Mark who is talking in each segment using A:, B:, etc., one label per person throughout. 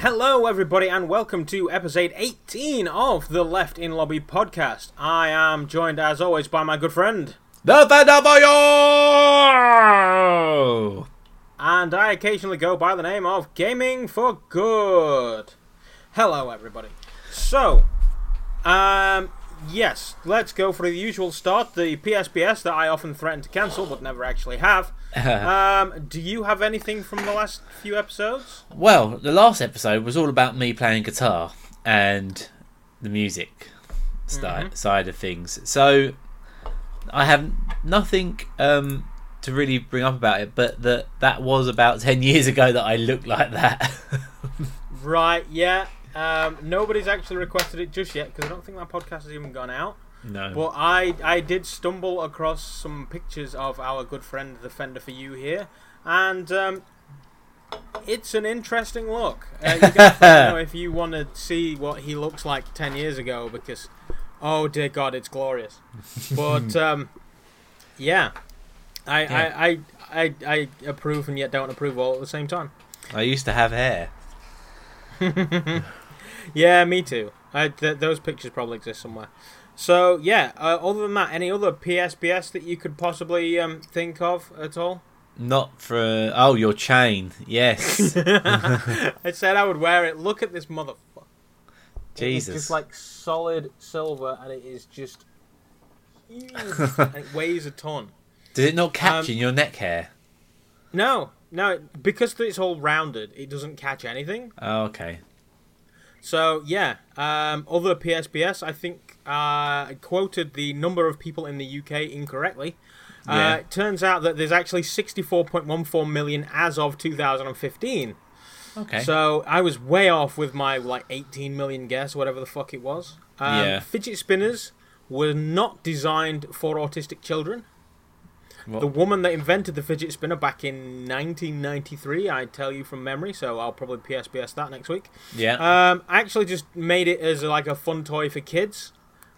A: Hello, everybody, and welcome to episode 18 of the Left in Lobby podcast. I am joined, as always, by my good friend,
B: The Fedavayo!
A: and I occasionally go by the name of Gaming for Good. Hello, everybody. So, um, yes, let's go for the usual start the PSPS that I often threaten to cancel but never actually have. um, do you have anything from the last few episodes?
B: Well, the last episode was all about me playing guitar and the music sti- side of things. So I have nothing um, to really bring up about it, but that that was about 10 years ago that I looked like that.
A: Right, yeah. Um, nobody's actually requested it just yet because I don't think my podcast has even gone out.
B: no.
A: Well, I I did stumble across some pictures of our good friend the Fender for You here, and um, it's an interesting look. Uh, you guys let me know if you want to see what he looks like ten years ago, because oh dear God, it's glorious. But um, yeah, I,
B: Yeah.
A: I, I I I approve and yet don't approve all at the same time.
B: I used to have hair.
A: Yeah, me too. I, th- those pictures probably exist somewhere. So yeah, uh, other than that, any other PSPS that you could possibly um, think of at all?
B: Not for. Oh, your chain. Yes.
A: I said I would wear it. Look at this motherfucker.
B: Jesus.
A: It's just like solid silver, and it is just huge, and it weighs a ton.
B: Did it not catch
A: Um,
B: in your neck hair?
A: No, no, because it's all rounded, it doesn't catch anything.
B: Oh, okay.
A: So yeah, um, other PSPS. I think uh, I quoted the number of people in the UK incorrectly.
B: Yeah.
A: Uh, it turns out that there's actually 64.14 million as of 2015.
B: Okay.
A: So I was way off with my like 18 million guess, whatever the fuck it was. Um,
B: Yeah.
A: Fidget spinners were not designed for autistic children.
B: What?
A: The woman that invented the fidget spinner back in 1993, I tell you from memory, so I'll probably PSPS that next week.
B: yeah.
A: Um, I actually just made it as like a fun toy for kids.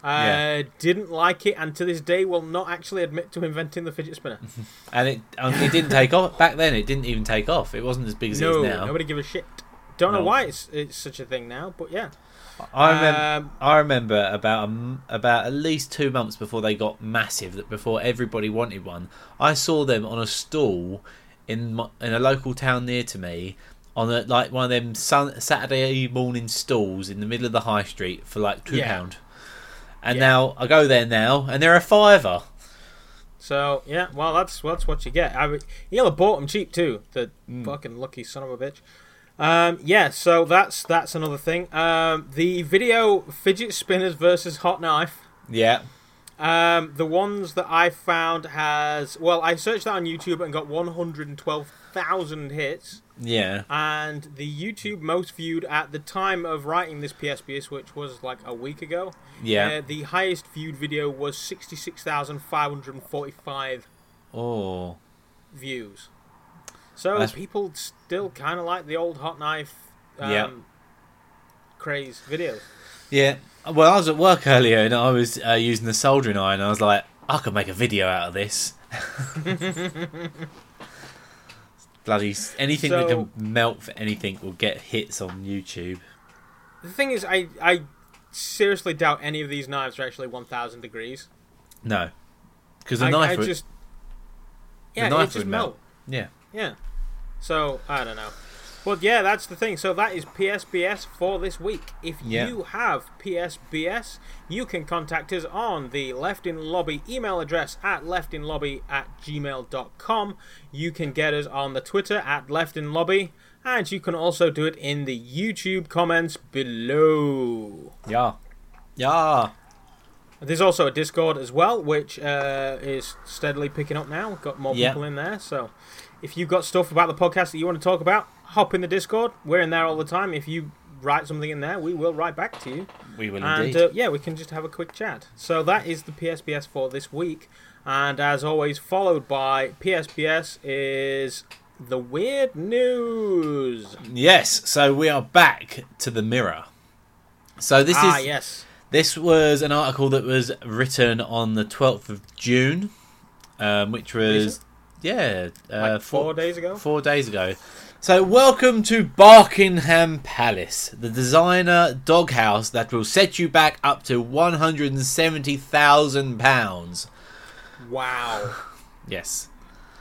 A: Uh,
B: Yeah.
A: Didn't like it, and to this day will not actually admit to inventing the fidget spinner.
B: And it um, it didn't take off back then. It didn't even take off. It wasn't as big as
A: no,
B: it is now.
A: nobody give a shit. Don't
B: No.
A: know why it's, it's such a thing now, but yeah.
B: I remember.
A: um,
B: I remember about um, about at least two months before they got massive. That before everybody wanted one. I saw them on a stall in my, in a local town near to me on a, like one of them sun, Saturday morning stalls in the middle of the high street for like two
A: Yeah.
B: pound. And
A: Yeah.
B: now I go there now, and they're a fiver.
A: So yeah, well that's that's what you get. I would- he'll have bought them cheap too. The
B: Mm.
A: fucking lucky son of a bitch. Um, yeah, so that's that's another thing. Um, the video fidget spinners versus hot knife.
B: Yeah.
A: Um, the ones that I found has well, I searched that on YouTube and got one hundred and twelve thousand hits.
B: Yeah.
A: And the YouTube most viewed at the time of writing this PSPS, which was like a week ago,
B: Yeah.
A: uh, the highest viewed video was sixty six thousand five hundred forty five
B: oh.
A: views. So
B: That's-
A: people still kind of like the old hot knife um,
B: Yeah.
A: craze videos.
B: Yeah. Well, I was at work earlier and I was uh, using the soldering iron. I was like, I could make a video out of this. Bloody s- anything that
A: So-
B: can melt for anything will get hits on YouTube.
A: The thing is, I I seriously doubt any of these knives are actually one thousand degrees.
B: No, because the
A: I,
B: knife.
A: I
B: would-
A: just yeah, it
B: knife would
A: just
B: melt.
A: melt.
B: yeah.
A: Yeah. So I don't know. But yeah, that's the thing. So that is PSBS for this week. If
B: Yeah.
A: you have PSBS, you can contact us on the Left in Lobby email address at leftinlobby at gmail.com. You can get us on the Twitter at leftinlobby, and you can also do it in the YouTube comments below.
B: Yeah. Yeah.
A: There's also a Discord as well, which uh, is steadily picking up now. We've got more
B: Yeah.
A: people in there. So if you've got stuff about the podcast that you want to talk about, hop in the Discord. We're in there all the time. If you write something in there, we will write back to you.
B: We will
A: And
B: indeed.
A: uh, yeah, we can just have a quick chat. So that is the PSBS for this week. And as always, followed by PSBS is the weird news.
B: yes. So we are back to the mirror. So this
A: ah,
B: is
A: yes.
B: This was an article that was written on the 12th of June, um, which was
A: Recent?
B: yeah, uh,
A: Like four days ago?
B: Four days ago. So, welcome to Barkingham Palace, the designer doghouse that will set you back up to one hundred and seventy thousand pounds.
A: Wow.
B: Yes.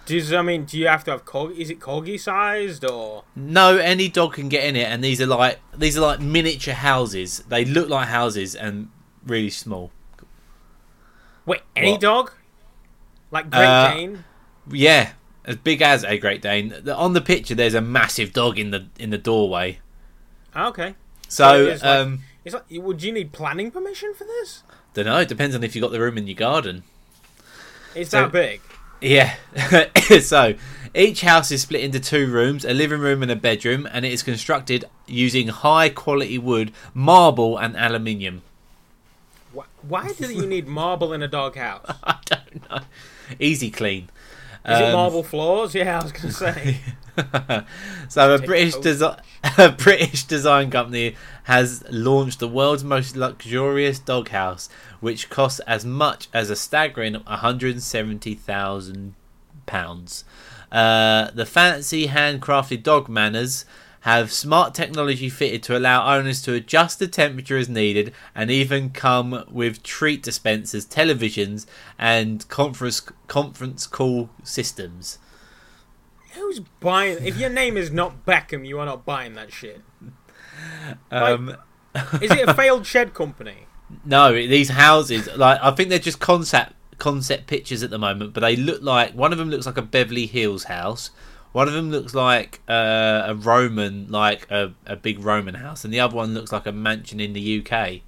A: Does I mean, do you have to have corgi? Is it corgi sized or?
B: No, any dog can get in it, and these are like these are like miniature houses. They look like houses and really small.
A: Wait, any
B: What?
A: dog? Like Great
B: Uh,
A: Dane?
B: Yeah, as big as a Great Dane. The- On the picture, there's a massive dog in the in the doorway.
A: Ah, okay. So it
B: So,
A: is like-
B: um,
A: It's like, would you need planning permission for this?
B: don't know. It depends on if you got the room in your garden.
A: It's
B: So-
A: that big.
B: Yeah. so, each house is split into two rooms, a living room and a bedroom, and it is constructed using high quality wood, marble, and aluminium.
A: Why, why do you need marble in a doghouse? Is
B: I don't know. Easy clean.
A: it
B: Um,
A: marble floors? Yeah, I was gonna say.
B: so a
A: Take
B: British
A: coach.
B: desi- a British design company has launched the world's most luxurious doghouse, which costs as much as a staggering 170,000 pounds. Uh, the fancy handcrafted dog manners have smart technology fitted to allow owners to adjust the temperature as needed and even come with treat dispensers, televisions, and conference conference call systems.
A: Who's buying? If your name is not Beckham, you are not buying that shit. Like,
B: Um,
A: is it a failed shed company?
B: No, these houses, like I think they're just concept concept pictures at the moment, but they look like one of them looks like a Beverly Hills house, one of them looks like uh, a Roman, like a, a big Roman house, and the other one looks like a mansion in the UK.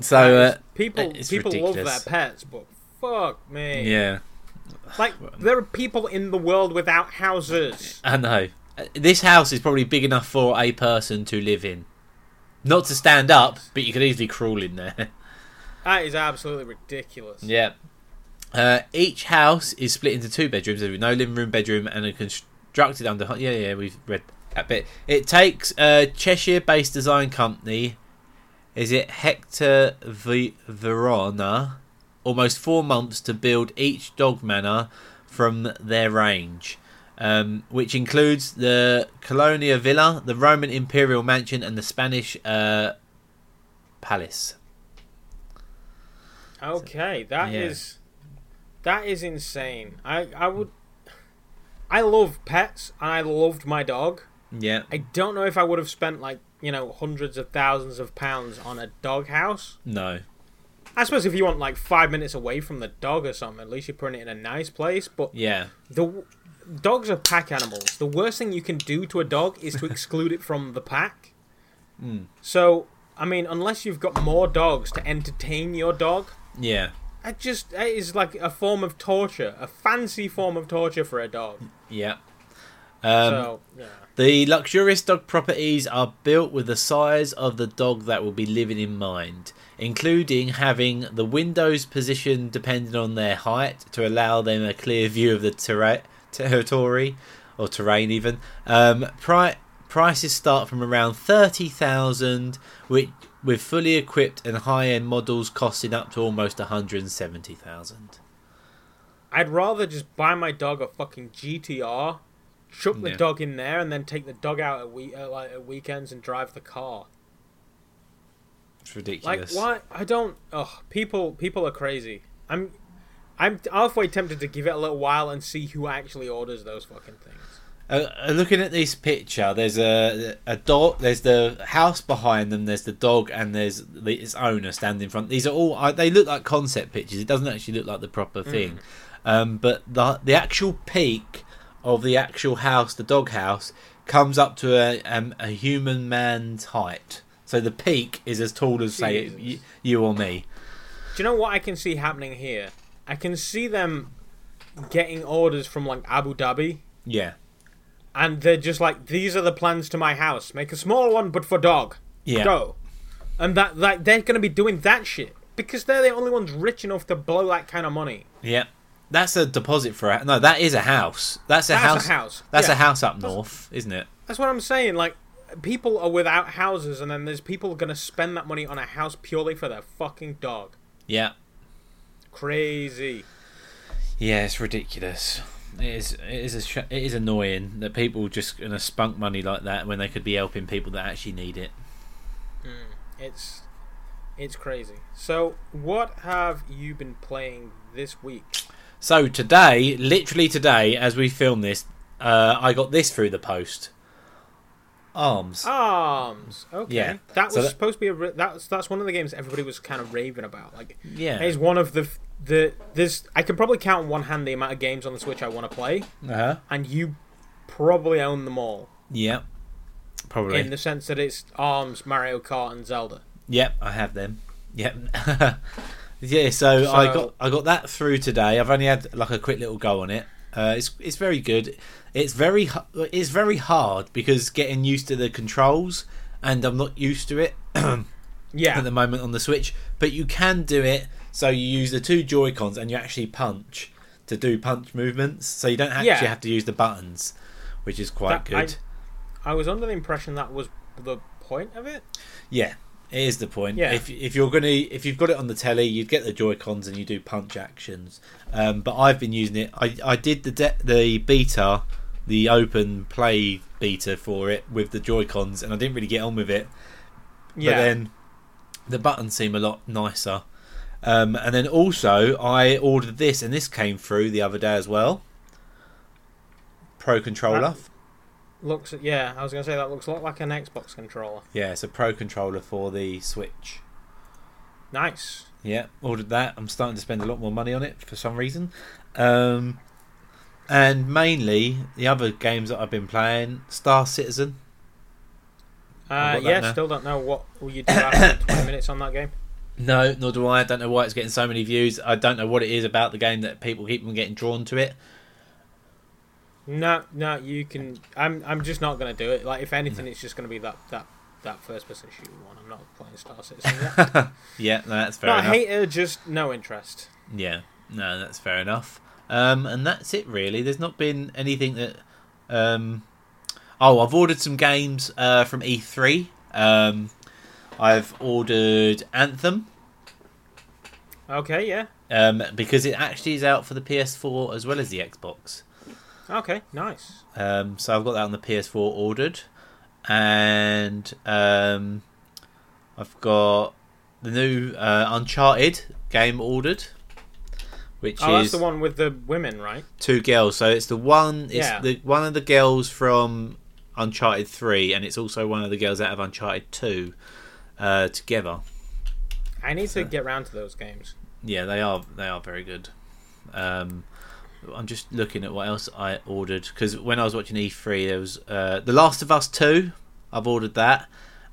B: So uh,
A: people
B: it's
A: people love
B: ridiculous.
A: their pets, but fuck me.
B: yeah,
A: Like there are people in the world without houses.
B: I know Uh, this house is probably big enough for a person to live in, not to stand up, but you could easily crawl in there.
A: That is absolutely ridiculous.
B: Yeah. Uh, each house is split into two bedrooms. There's no living room, bedroom, and are constructed under. Yeah, yeah, we've read that bit. It takes a Cheshire-based design company. Is it Hector v- Verona? Almost four months to build each dog manor from their range, um, which includes the Colonia Villa, the Roman Imperial Mansion, and the Spanish uh, Palace.
A: Okay, that is
B: Yeah.
A: that is insane. I I would I love pets and I loved my dog.
B: Yeah.
A: I don't know if I would have spent like, you know, hundreds of thousands of pounds on a dog house.
B: No.
A: I suppose if you want like 5 minutes away from the dog or something, at least you're putting it in a nice place, but
B: Yeah.
A: the w- dogs are pack animals. The worst thing you can do to a dog is to exclude it from the pack.
B: Hmm.
A: So, I mean, unless you've got more dogs to entertain your dog,
B: Yeah.
A: I just it is like a form of torture, a fancy form of torture for a dog.
B: Yeah.
A: so yeah,
B: The luxurious dog properties are built with the size of the dog that will be living in mind, including having the windows positioned depending on their height to allow them a clear view of the terra- territory or terrain, even. Um, pri- prices start from around 30,000, which with fully equipped and high-end models costing up to almost 170,000.
A: I'd rather just buy my dog a fucking GTR, chuck the
B: Yeah.
A: dog in there, and then take the dog out at, we- uh, like, at weekends and drive the car.
B: It's
A: Like
B: ridiculous.
A: why? I don't. Ugh, people people are crazy. I'm I'm halfway tempted to give it a little while and see who actually orders those fucking things.
B: Uh, uh, looking at this picture, there's a a dog. There's the house behind them. There's the dog, and there's the, its owner standing in front. These are all. Uh, they look like concept pictures. It doesn't actually look like the proper thing. Um, but the the actual peak of the actual house, the dog house, comes up to a um, a human man's height. So the peak is as tall as say
A: Jesus.
B: you, you or me.
A: Do you know what I can see happening here? I can see them getting orders from like Abu Dhabi.
B: Yeah.
A: and they're just like, "These are the plans to my house. Make a small one, but for dog.
B: Yeah.
A: Go." And that like they're gonna be doing that shit because they're the only ones rich enough to blow that kind of money.
B: Yeah. That's a deposit for a no. That is a house. That's a
A: That's a
B: house.
A: house.
B: That's
A: Yeah.
B: a house up north, isn't it?
A: That's what I'm saying. Like, people are without houses, and then there's people gonna spend that money on a house purely for their fucking dog.
B: Yeah.
A: Crazy.
B: Yeah, it's ridiculous. It is. It is. A sh- it is annoying that people just gonna spunk money like that when they could be helping people that actually need it.
A: Mm, it's it's crazy. So, what have you been playing this week?
B: So today, literally today, as we film this, uh, I got this through the post. Arms.
A: Arms. Okay.
B: Yeah.
A: That was
B: So that-
A: supposed to be a re- that's that's one of the games everybody was kind of raving about. Like,
B: yeah.
A: it's one of the f- the there's I can probably count on one hand the amount of games on the Switch I want to play,
B: Uh-huh.
A: and you probably own them all
B: Yeah. Probably.
A: in the sense that it's Arms, Mario Kart, and Zelda.
B: Yep, I have them. Yep. yeah, so, I
A: So-
B: got I got that through today. I've only had like a quick little go on it. Uh, it's it's very good. It's very h- it's very hard because getting used to the controls and I'm not used to it
A: Yeah.
B: at the moment on the Switch, but you can do it. So you use the two Joy Cons and you actually punch to do punch movements. So you don't actually
A: Yeah.
B: have to use the buttons, which is quite
A: That- I-
B: good.
A: I was under the impression that was the point of it.
B: Yeah, it is the point.
A: Yeah.
B: If if you're gonna if you've got it on the telly, you'd get the Joy Cons and you do punch actions. Um, but I've been using it. I I did the de- the beta, the open play beta for it with the Joy Cons, and I didn't really get on with it.
A: Yeah.
B: But then the buttons seem a lot nicer. Um, and then also I ordered this, and this came through the other day as well. Pro controller.
A: looks yeah, I was gonna say that looks a lot like an Xbox controller.
B: Yeah, it's a pro controller for the Switch.
A: Nice.
B: Yeah, ordered that. I'm starting to spend a lot more money on it for some reason. Um, and mainly the other games that I've been playing Star Citizen.
A: Uh,
B: I've got that
A: yeah,
B: now.
A: still don't know what will you do after 20 minutes on that game.
B: No, nor do I. I don't know why it's getting so many views. I don't know what it is about the game that people keep on getting drawn to it.
A: No, no, you can. I'm, I'm just not gonna do it. Like, if anything, it's just gonna be that, that, that first person shooter one. I'm not playing Star Citizen. Yet.
B: Yeah, no, that's fair
A: not
B: enough.
A: hater, just no interest.
B: Yeah, no, that's fair enough. Um, and that's it, really. There's not been anything that. Um, oh, I've ordered some games uh, from E3. Um, I've ordered Anthem.
A: Okay, yeah.
B: um, because it actually is out for the PS4 as well as the Xbox.
A: Okay, nice.
B: Um, so I've got that on the PS4 ordered, and um, I've got the new uh, Uncharted game ordered, which
A: Oh, that's
B: is
A: the one with the women, right?
B: two girls. So it's the one, it's
A: Yeah.
B: the one of the girls from Uncharted Three, and it's also one of the girls out of Uncharted Two uh, together.
A: I need
B: So-
A: to get round to those games.
B: Yeah, they are. They are very good. Um, I'm just looking at what else I ordered because when I was watching E3, there was uh, The Last of Us Two. I've ordered that,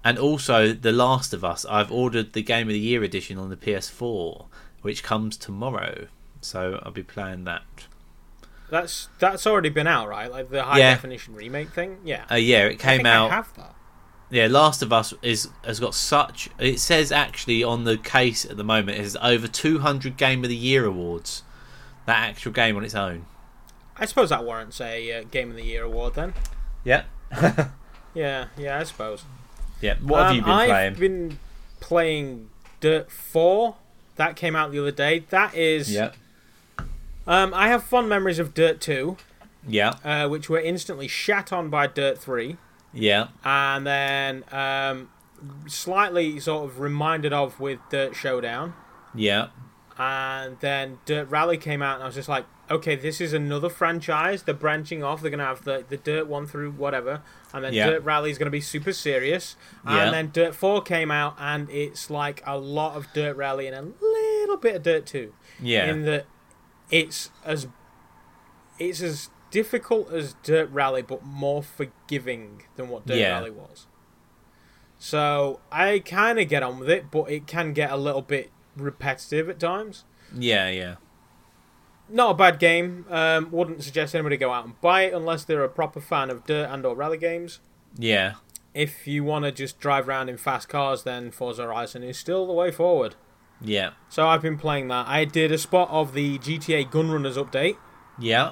B: and also The Last of Us. I've ordered the Game of the Year edition on the PS4, which comes tomorrow. So I'll be playing that.
A: That's that's already been out, right? Like the high
B: Yeah.
A: definition remake thing. Yeah,
B: Uh, yeah, it
A: I
B: came
A: think
B: out.
A: I have that.
B: Yeah, Last of Us is has got such. It says actually on the case at the moment is over 200 Game of the Year awards. That actual game on its own.
A: I suppose that warrants a uh, Game of the Year award then.
B: Yeah.
A: Yeah, yeah, I suppose.
B: Yeah. What have
A: Um,
B: you been
A: I've
B: playing?
A: been playing Dirt 4. That came out the other day. That is.
B: Yeah.
A: Um, I have fond memories of Dirt 2,
B: Yeah.
A: uh, which were instantly shat on by Dirt 3,
B: Yeah.
A: and then um, slightly sort of reminded of with Dirt Showdown.
B: Yeah.
A: And then Dirt Rally came out, and I was just like, okay, this is another franchise. They're branching off. They're going to have the, the Dirt 1 through whatever. And then
B: Yeah.
A: Dirt Rally is going to be super serious. And
B: Yeah.
A: then Dirt 4 came out, and it's like a lot of Dirt Rally and a little bit of Dirt 2.
B: Yeah.
A: In that it's as it's as difficult as Dirt Rally, but more forgiving than what Dirt
B: Yeah.
A: Rally was. So I kind of get on with it, but it can get a little bit repetitive at times.
B: yeah. Yeah.
A: Not a bad game. Um, wouldn't suggest anybody go out and buy it unless they're a proper fan of dirt and or rally games.
B: Yeah.
A: If you want to just drive around in fast cars, then Forza Horizon is still the way forward.
B: Yeah.
A: So I've been playing that. I did a spot of the GTA Gunrunners update.
B: Yeah.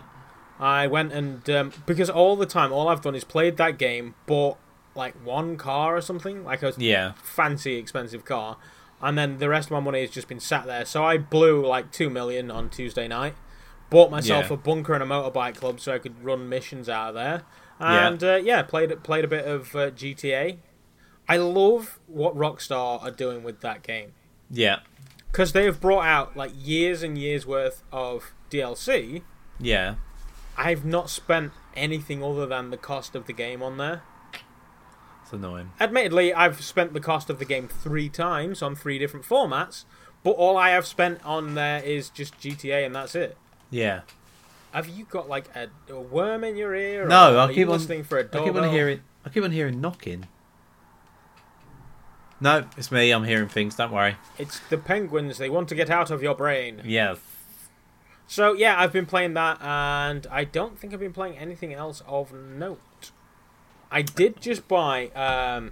A: I went and um, because all the time, all I've done is played that game, bought like one car or something, like a
B: Yeah.
A: fancy expensive car, and then the rest of my money has just been sat there. So I blew like two million on Tuesday night, Bought myself
B: Yeah.
A: a bunker and a motorbike club so I could run missions out of there.
B: Yeah.
A: And yeah, uh, yeah played played a bit of uh, GTA. I love what Rockstar are doing with that game
B: Yeah.
A: because they have brought out like years and years worth of DLC.
B: Yeah.
A: I've not spent anything other than the cost of the game on there.
B: It's annoying.
A: Admittedly, I've spent the cost of the game three times on three different formats, but all I have spent on there is just GTA and that's it.
B: Yeah.
A: Have you got like a, a worm in your ear? Or
B: No, I
A: are you
B: keep on-
A: listening for a
B: I
A: doorbell.
B: keep on hearing. I keep on hearing knocking. No, it's me. I'm hearing things. Don't worry.
A: It's the penguins. They want to get out of your brain.
B: Yeah.
A: So yeah, I've been playing that, and I don't think I've been playing anything else of note. I did just buy um,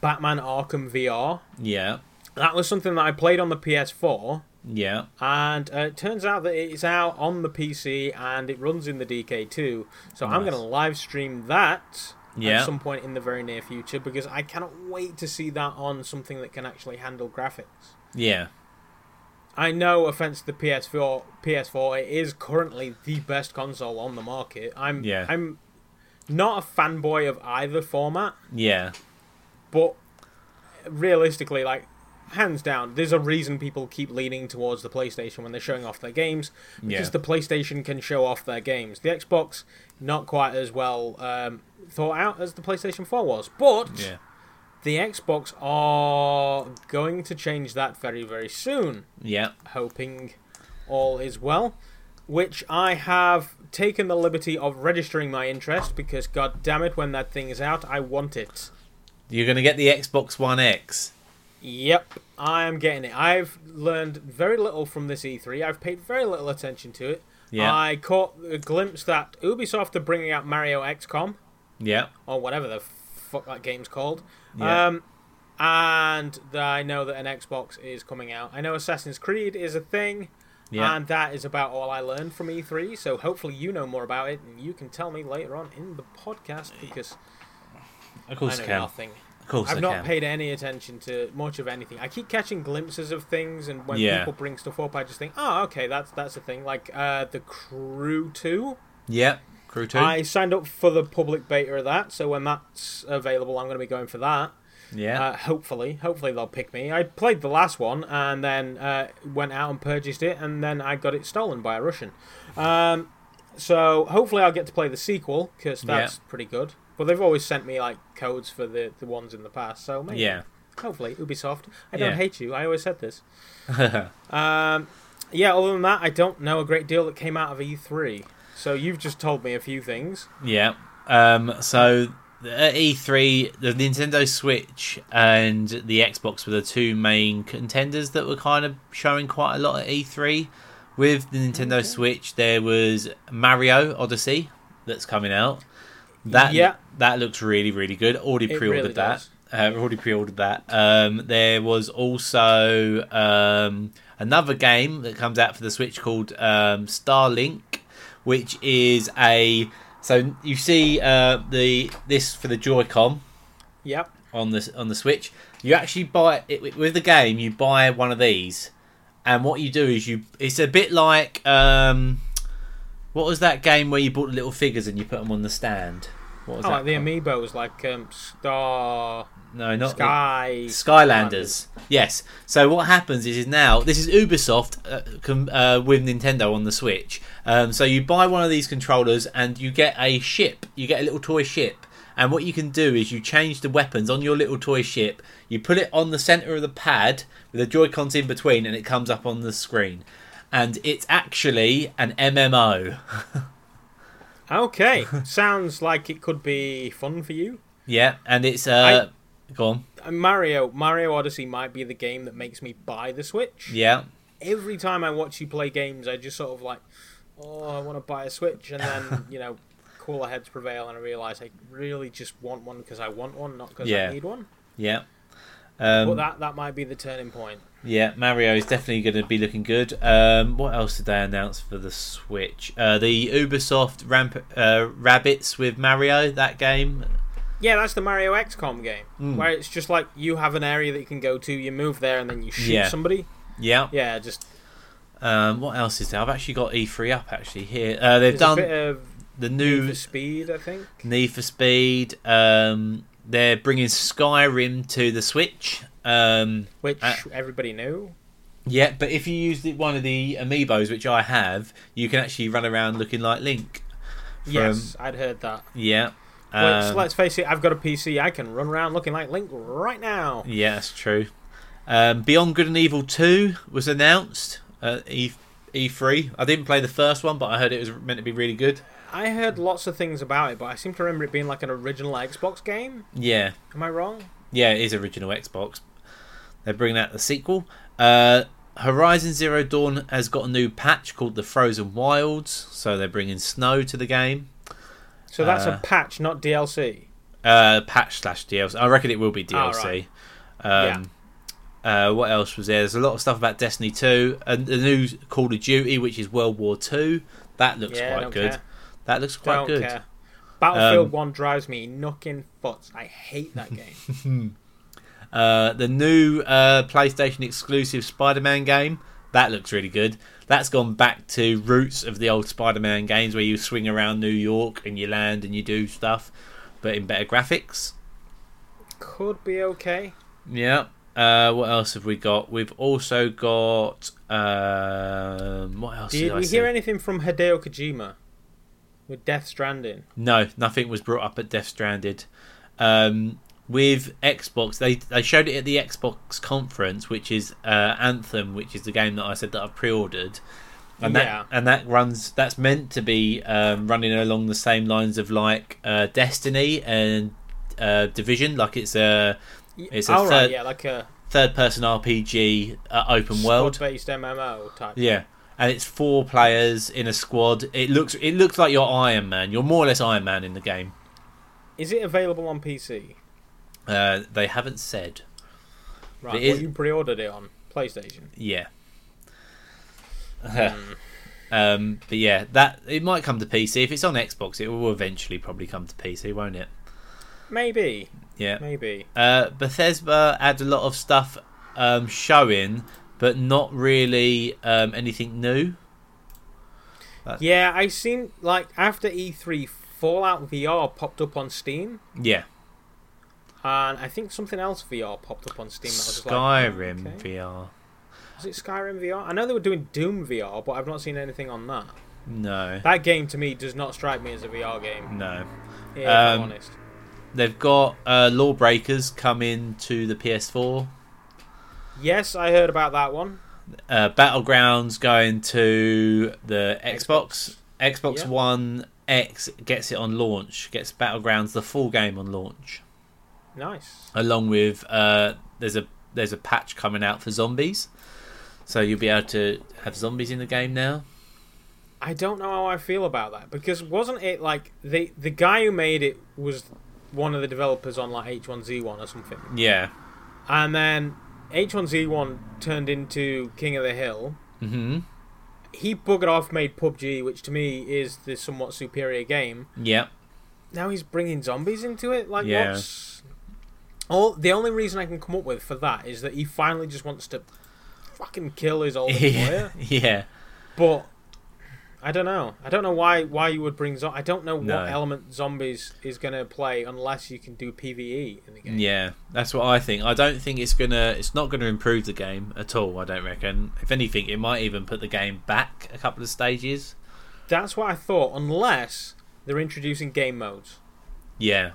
A: Batman Arkham VR.
B: Yeah.
A: That was something that I played on the PS4.
B: Yeah.
A: And uh, it turns out that it's out on the PC and it runs in the DK2. So I'm
B: Nice.
A: going to live stream that
B: Yeah.
A: at some point in the very near future because I cannot wait to see that on something that can actually handle graphics.
B: Yeah.
A: I know, offense to the PS4, PS4, it is currently the best console on the market. I'm,
B: Yeah.
A: I'm not a fanboy of either format,
B: Yeah.
A: but realistically, like hands down, there's a reason people keep leaning towards the PlayStation when they're showing off their games because
B: Yeah.
A: the PlayStation can show off their games. The Xbox not quite as well um, thought out as the PlayStation 4 was, but
B: Yeah.
A: the Xbox are going to change that very very soon
B: Yeah.
A: hoping all is well. Which I have taken the liberty of registering my interest because, god damn it, when that thing is out, I want it.
B: You're gonna get the Xbox One X.
A: Yep, I am getting it. I've learned very little from this E3. I've paid very little attention to it.
B: Yeah.
A: I caught a glimpse that Ubisoft are bringing out Mario XCOM
B: Yeah.
A: or whatever the fuck that game's called.
B: Yeah.
A: Um, and that I know that an Xbox is coming out. I know Assassin's Creed is a thing.
B: Yeah.
A: And that is about all I learned from E3. So hopefully you know more about it and you can tell me later on in the podcast because
B: of
A: I
B: course I
A: know
B: can.
A: nothing.
B: Of course
A: I've
B: I
A: not
B: can.
A: paid any attention to much of anything. I keep catching glimpses of things, and when
B: Yeah.
A: people bring stuff up, I just think, oh, okay, that's that's a thing. Like uh, the Crew Two,
B: yeah. Crew two.
A: I signed up for the public beta of that, so when that's available, I'm going to be going for that.
B: yeah.
A: Uh, hopefully, hopefully they'll pick me. I played the last one and then uh, went out and purchased it, and then I got it stolen by a Russian. Um, so hopefully I'll get to play the sequel because
B: Yeah.
A: that's pretty good. But they've always sent me like codes for the, the ones in the past, so maybe
B: yeah.
A: hopefully Ubisoft. I don't
B: Yeah.
A: hate you. I always said this. Um, yeah. Other than that, I don't know a great deal that came out of E3. So you've just told me a few things.
B: Yeah. Um, so at E3, the Nintendo Switch and the Xbox were the two main contenders that were kind of showing quite a lot at E3. With the Nintendo Switch, there was Mario Odyssey that's coming out. That
A: Yeah.
B: that looks really really good. Already
A: It
B: pre-ordered
A: really
B: that.
A: does.
B: Uh, already pre-ordered that. Um, there was also um, another game that comes out for the Switch called um, Starlink, which is a so you see uh, the this for the Joy-Con
A: Yep.
B: on the on the Switch. You actually buy it with the game. You buy one of these, and what you do is you. It's a bit like um, what was that game where you bought the little figures and you put them on the stand? What was
A: Oh,
B: that?
A: like the
B: called?
A: amiibos, like um, Star
B: no, not
A: Sky
B: Skylanders. Yes. So what happens is, is now this is Ubisoft uh, com- uh, with Nintendo on the Switch. Um, so you buy one of these controllers and you get a ship. You get a little toy ship. And what you can do is you change the weapons on your little toy ship. You put it on the center of the pad with the Joy Cons in between, and it comes up on the screen. And it's actually an MMO.
A: Okay, sounds like it could be fun for you.
B: yeah, and it's uh, go on.
A: Uh, Mario Mario Odyssey might be the game that makes me buy the Switch.
B: Yeah,
A: Every time I watch you play games, I just sort of like, oh, I want to buy a Switch, and then you know, cooler heads prevail, and I realize I really just want one because I want one, not because
B: Yeah.
A: I need one.
B: yeah. Um,
A: But that that might be the turning point.
B: Yeah, Mario is definitely going to be looking good. Um, what else did they announce for the Switch? Uh, the Ubisoft Ramp- uh, Rabbits with Mario, that game.
A: Yeah, that's the Mario XCOM game
B: Mm.
A: where it's just like you have an area that you can go to, you move there, and then you shoot
B: Yeah.
A: somebody.
B: Yeah.
A: Yeah, just
B: Um, what else is there? I've actually got E3 up actually here. Uh, they've
A: There's
B: done
A: a bit of
B: the
A: Need
B: new
A: for Speed, I think.
B: Need for Speed. Um, they're bringing Skyrim to the Switch. Um,
A: Which
B: Uh,
A: everybody knew.
B: yeah, but if you use the, one of the amiibos, which I have, you can actually run around looking like Link.
A: Yes, I'd heard that.
B: Yeah.
A: Which,
B: Um,
A: let's face it, I've got a PC. I can run around looking like Link right now.
B: yeah, that's true. Um, Beyond Good and Evil 2 was announced at E- E3. I didn't play the first one, but I heard it was meant to be really good.
A: I heard lots of things about it, but I seem to remember it being like an original Xbox game.
B: Yeah.
A: Am I wrong?
B: Yeah, it is original Xbox. They're bringing out the sequel. Uh, Horizon Zero Dawn has got a new patch called the Frozen Wilds, so they're bringing snow to the game.
A: So that's
B: Uh,
A: a patch, not DLC.
B: Uh, patch slash DLC. I reckon it will be DLC. um, uh, what else was there? There's a lot of stuff about Destiny 2 and the new Call of Duty, which is World War 2. That looks
A: Yeah,
B: quite
A: don't
B: good.
A: care.
B: That looks quite
A: Don't
B: good.
A: care. Battlefield
B: Um,
A: 1 drives me knocking futs. I hate that game.
B: Uh, the new uh, PlayStation exclusive Spider-Man game that looks really good. That's gone back to roots of the old Spider-Man games where you swing around New York and you land and you do stuff, but in better graphics.
A: Could be okay.
B: Yeah. Uh, what else have we got? We've also got um, what else? Did,
A: Did
B: I
A: we
B: see?
A: hear anything from Hideo Kojima with Death Stranding?
B: No, nothing was brought up at Death Stranded. Um, with Xbox, they they showed it at the Xbox conference, which is uh, Anthem, which is the game that I said that I pre-ordered, and
A: Yeah.
B: that and that runs that's meant to be um, running along the same lines of like uh, Destiny and uh, Division, like it's a
A: Y-
B: It's a
A: All right,
B: third-
A: yeah, like a
B: third person RPG uh, open world.
A: based MMO type.
B: Yeah, and it's four players in a squad. It looks it looks like you're Iron Man. You're more or less Iron Man in the game.
A: Is it available on PC?
B: Uh, they haven't said.
A: Right,
B: It
A: well,
B: is-
A: you pre-ordered it on PlayStation.
B: Yeah.
A: Hmm.
B: um, but yeah, that it might come to PC. If it's on Xbox, it will eventually probably come to PC, won't it?
A: Maybe,
B: Yeah.
A: maybe.
B: Uh, Bethesda had a lot of stuff um, showing, but not really um, anything new.
A: Yeah, I seen like after E3, Fallout VR popped up on Steam,
B: Yeah,
A: and I think something else VR popped up on Steam. That was just like, "Oh,
B: Skyrim
A: okay.
B: VR.
A: Was it Skyrim VR? I know they were doing Doom VR, but I've not seen anything on that.
B: No,
A: That game to me does not strike me as a VR game.
B: no.
A: If I'm
B: Um,
A: honest.
B: They've got uh, Lawbreakers coming to the PS4.
A: Yes, I heard about that one.
B: uh, Battlegrounds going to the Xbox. Xbox
A: Yeah.
B: One X gets it on launch. Gets Battlegrounds the full game on launch,
A: Nice.
B: along with uh, there's a there's a patch coming out for zombies, so you'll be able to have zombies in the game now.
A: I don't know how I feel about that because wasn't it like the the guy who made it was one of the developers on like H1Z1 or something,
B: Yeah.
A: and then H1Z1 turned into King of the Hill.
B: Hmm.
A: He buggered off, made PUBG, which to me is the somewhat superior game.
B: Yeah.
A: Now he's bringing zombies into it. Like
B: Yeah.
A: what's all the only reason I can come up with for that is that he finally just wants to fucking kill his old employer.
B: yeah.
A: But I don't know. I don't know why why you would bring. Zo- I don't know what
B: No.
A: element zombies is going to play unless you can do PVE in the game.
B: Yeah, that's what I think. I don't think it's gonna. It's not gonna improve the game at all. I don't reckon. If anything, it might even put the game back a couple of stages.
A: That's what I thought. Unless they're introducing game modes,
B: Yeah,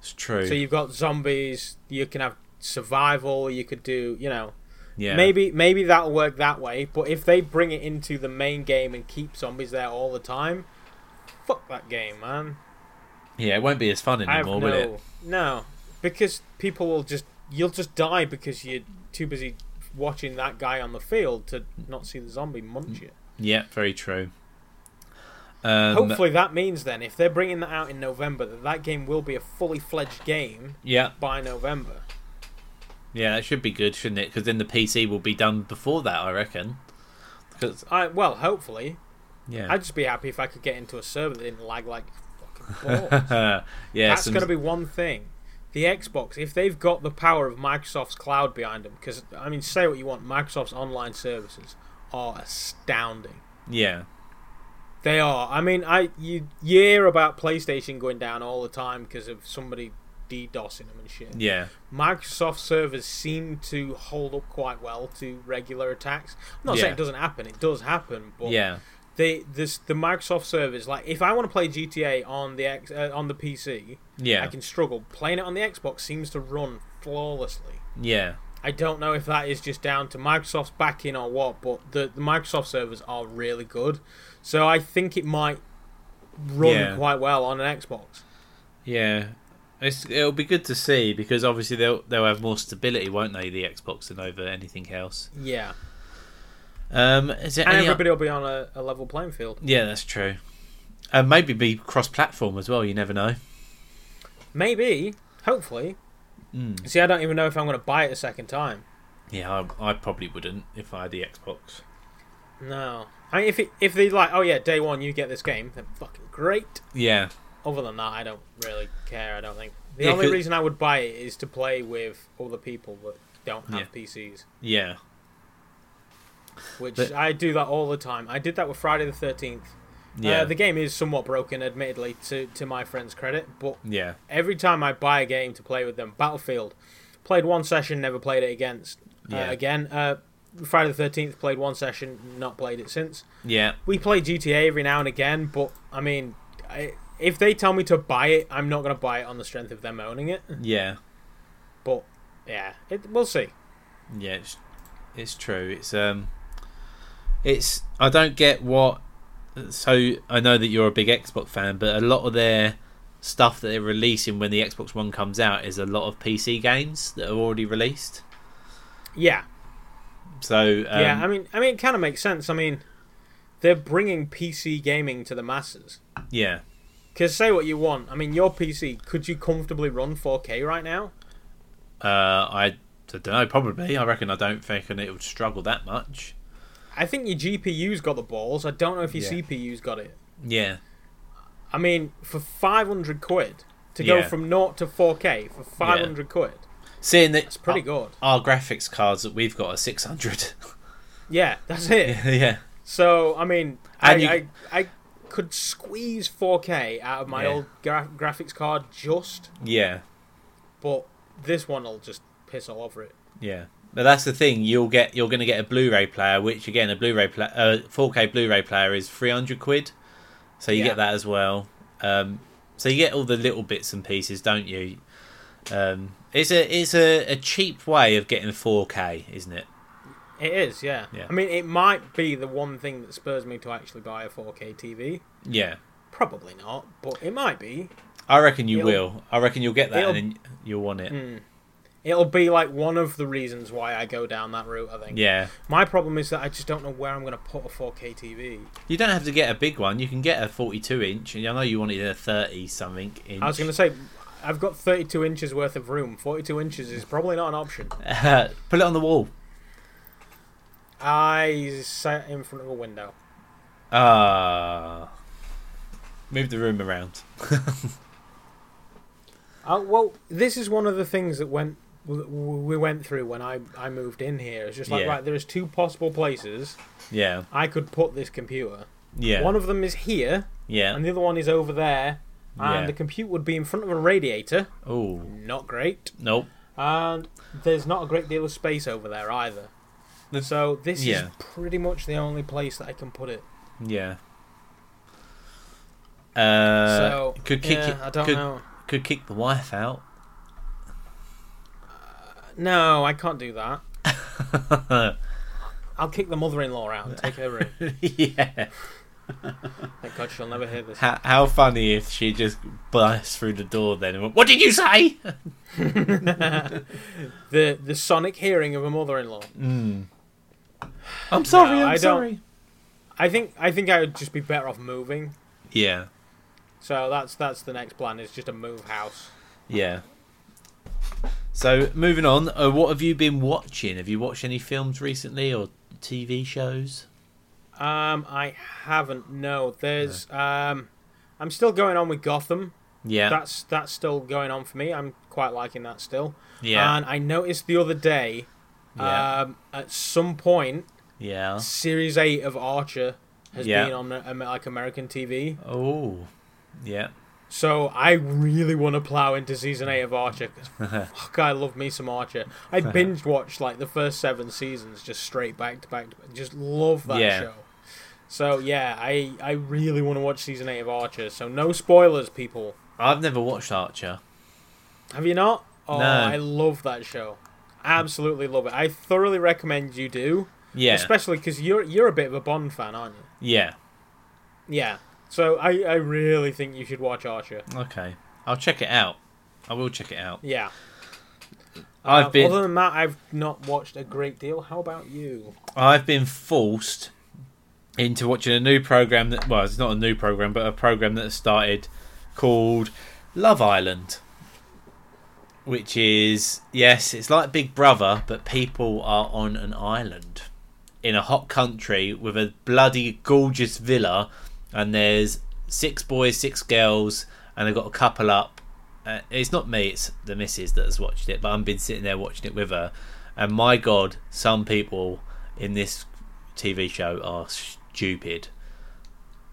B: it's true.
A: so you've got zombies. You can have survival. You could do you know
B: yeah,
A: maybe maybe that'll work that way. But if they bring it into the main game and keep zombies there all the time, fuck that game, man.
B: Yeah, it won't be as fun
A: I have
B: anymore,
A: no,
B: will it?
A: No, because people will just you'll just die because you're too busy watching that guy on the field to not see the zombie munch you.
B: Yeah, very true. Um,
A: Hopefully, that means then if they're bringing that out in November, that that game will be a fully fledged game
B: Yeah,
A: by November.
B: yeah, that should be good, shouldn't it? Because then the PC will be done before that, I reckon. 'Cause-
A: I well, hopefully,
B: yeah,
A: I'd just be happy if I could get into a server that didn't lag like fucking balls.
B: yeah,
A: That's
B: some-
A: going to be one thing. The Xbox, if they've got the power of Microsoft's cloud behind them, because I mean, say what you want, Microsoft's online services are astounding.
B: Yeah.
A: They are. I mean, I you hear about PlayStation going down all the time because of somebody DDoSing them and shit.
B: Yeah.
A: Microsoft servers seem to hold up quite well to regular attacks. I'm not saying
B: Yeah.
A: it doesn't happen; it does happen, but
B: Yeah.
A: they this the Microsoft servers. Like, if I want to play GTA on the X, uh, on the PC,
B: Yeah.
A: I can struggle. Playing it on the Xbox seems to run flawlessly.
B: Yeah.
A: I don't know if that is just down to Microsoft's backing or what, but the, the Microsoft servers are really good. So I think it might run
B: Yeah.
A: quite well on an Xbox.
B: Yeah. It's, it'll be good to see because obviously they'll they'll have more stability, won't they? The Xbox than over anything else.
A: Yeah.
B: Um, is there
A: And
B: any o-
A: everybody will be on a, a level playing field.
B: Yeah, that's true. And maybe be cross-platform as well. You never know.
A: Maybe. Hopefully.
B: Mm.
A: See, I don't even know if I'm going to buy it a second time.
B: Yeah, I, I probably wouldn't if I had the Xbox.
A: No. I mean, if, it, if they like, oh yeah, day one you get this game, then fucking great.
B: Yeah,
A: Other than that, I don't really care, I don't think. The
B: Yeah,
A: only
B: 'cause-
A: reason I would buy it is to play with other people that don't have
B: Yeah.
A: PCs.
B: yeah,
A: Uh, which
B: But-
A: I do that all the time. I did that with Friday the Thirteenth.
B: yeah,
A: Uh, the game is somewhat broken, admittedly, to to my friend's credit. But
B: yeah,
A: every time I buy a game to play with them, Battlefield played one session, never played it against
B: Yeah.
A: uh, again. Uh, Friday the Thirteenth played one session, not played it since.
B: yeah,
A: We play GTA every now and again, but I mean, I, if they tell me to buy it, I'm not going to buy it on the strength of them owning it.
B: yeah,
A: But yeah, it, we'll see.
B: yeah. It's, it's true. It's um, it's I don't get what. So I know that you're a big Xbox fan, but a lot of their stuff that they're releasing when the Xbox One comes out is a lot of PC games that are already released.
A: Yeah,
B: So um,
A: yeah, I mean, I mean, it kind of makes sense. I mean, they're bringing PC gaming to the masses.
B: yeah,
A: Because say what you want, I mean, your PC could you comfortably run 4K right now?
B: uh, I. don't know, probably. I reckon I don't think it would struggle that much.
A: I think your GPU's got the balls. I don't know if your
B: Yeah.
A: CPU's got it.
B: Yeah,
A: I mean, for 500 quid to go
B: Yeah.
A: from naught to 4K for 500 quid,
B: seeing that
A: it's pretty good.
B: our graphics cards that we've got are 600
A: Yeah, that's it.
B: yeah
A: So I mean, I,
B: And you-
A: I I could squeeze 4K out of my
B: Yeah.
A: old gra- graphics card just,
B: yeah
A: but this one'll just piss all over it.
B: yeah but that's the thing you'll get you're going to get a blu-ray player which again a blu-ray pla uh, 4k blu-ray player is 300 quid so you
A: Yeah.
B: get that as well um so you get all the little bits and pieces don't you um it's a it's a, a cheap way of getting 4k isn't it
A: It is, yeah.
B: Yeah.
A: I mean, it might be the one thing that spurs me to actually buy a 4K TV.
B: yeah
A: Probably not, but it might be.
B: i reckon you
A: It'll-
B: will i reckon you'll get that
A: it'll- Hmm.
B: and then you'll want it
A: It'll be like one of the reasons why I go down that route, I think.
B: yeah
A: My problem is that I just don't know where I'm going to put a 4K TV.
B: you don't have to get a big one you can get a 42 inch and i know you wanted a 30 something inch
A: I was going to say, I've got 32 inches worth of room. 42 inches is probably not an option.
B: Uh, put it on the wall.
A: I sat in front of a window.
B: Ah. move the room around.
A: Uh, well, this is one of the things that went w- w- we went through when I, I moved in here. It's just like,
B: Yeah.
A: right, there's two possible places
B: Yeah.
A: I could put this computer.
B: Yeah.
A: One of them is here,
B: yeah.
A: and the other one is over there. And
B: Yeah.
A: the compute would be in front of a radiator.
B: Oh.
A: Not great.
B: Nope.
A: And there's not a great deal of space over there either.
B: The-
A: So this
B: yeah.
A: is pretty much the only place that I can put it.
B: Yeah. Uh,
A: so
B: could kick
A: yeah,
B: it,
A: I don't
B: could,
A: know.
B: could kick the wife out.
A: No, I can't do that. I'll kick the mother-in-law out and take her room.
B: yeah.
A: Thank God she'll never hear this.
B: How, how funny if she just bursts through the door then and went, What did you say?
A: The the sonic hearing of a mother-in-law.
B: Mm. I'm sorry,
A: No,
B: I'm
A: I don't-
B: sorry.
A: I think I think I would just be better off moving.
B: Yeah.
A: So that's that's the next plan is just to move house.
B: Yeah. So moving on, uh, what have you been watching? Have you watched any films recently or TV shows?
A: Um, I haven't. No, there's. Um, I'm still going on with Gotham.
B: Yeah,
A: That's that's still going on for me. I'm quite liking that still.
B: yeah,
A: And I noticed the other day,
B: yeah,
A: um, at some point,
B: Yeah.
A: Series eight of Archer has
B: Yeah.
A: been on um, like American TV,
B: Oh. Yeah.
A: so I really want to plow into season eight of Archer. 'cause fuck, I love me some Archer. I binge watched like the first seven seasons just straight back to back. To back. Just love that
B: Yeah.
A: show. So yeah, I I really want to watch season eight of Archer. So no spoilers, people.
B: I've never watched Archer.
A: Have you not? Oh,
B: No.
A: I love that show. Absolutely love it. I thoroughly recommend you do,
B: Yeah.
A: especially because you're you're a bit of a Bond fan, aren't you?
B: yeah.
A: Yeah. So I, I really think you should watch Archer.
B: Okay. I'll check it out. I will check it out.
A: Yeah.
B: I've
A: Uh,
B: been
A: Other than that, I've not watched a great deal. How about you?
B: I've been forced into watching a new program that well, it's not a new program, but a program that started called Love Island, which is yes, it's like Big Brother, but people are on an island in a hot country with a bloody gorgeous villa, and there's six boys, six girls, and they've got a couple up. Uh, it's not me, it's the missus that has watched it, but I've been sitting there watching it with her. And my God, some people in this TV show are stupid.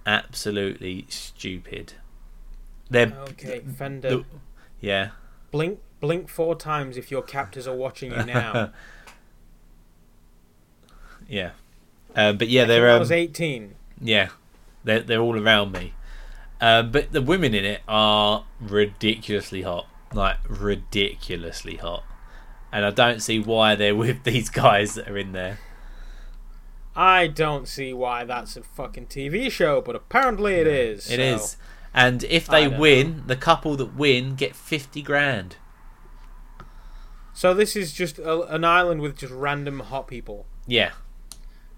B: Absolutely stupid. They're,
A: Okay, Fender.
B: the- yeah.
A: Blink blink four times if your captors are watching you now.
B: Yeah. Um, but yeah, they're
A: I
B: um,
A: was eighteen.
B: yeah, they're they're all around me. Um, but the women in it are ridiculously hot, like ridiculously hot, and I don't see why they're with these guys that are in there.
A: I don't see why that's a fucking TV show, but apparently it is.
B: It
A: so-
B: is, and if
A: I
B: they
A: don't
B: win, the couple that win get fifty grand.
A: So this is just a, an island with just random hot people.
B: Yeah,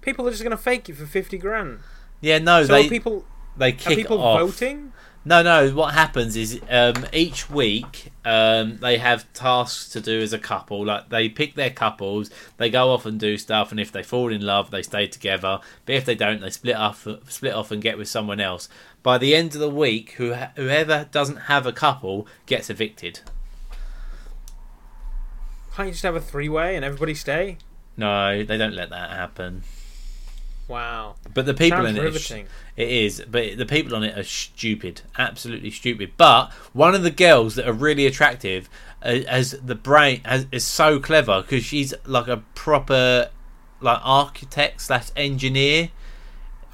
A: People are just gonna fake you for fifty grand.
B: yeah, no,
A: So
B: they
A: are people
B: they
A: are
B: kick
A: people
B: off.
A: voting?
B: No, no. What happens is um, each week um, they have tasks to do as a couple. Like they pick their couples, they go off and do stuff, and if they fall in love, they stay together. But if they don't, they split off, split off, and get with someone else. By the end of the week, who, whoever doesn't have a couple gets evicted.
A: Can't you just have a three way and everybody stay?
B: No, they don't let that happen.
A: Wow.
B: But the people
A: Sounds
B: in it,
A: riveting.
B: it is. But the people on it are stupid, absolutely stupid. But one of the girls that are really attractive, uh, has the brain has, is so clever because she's like a proper like architect slash engineer,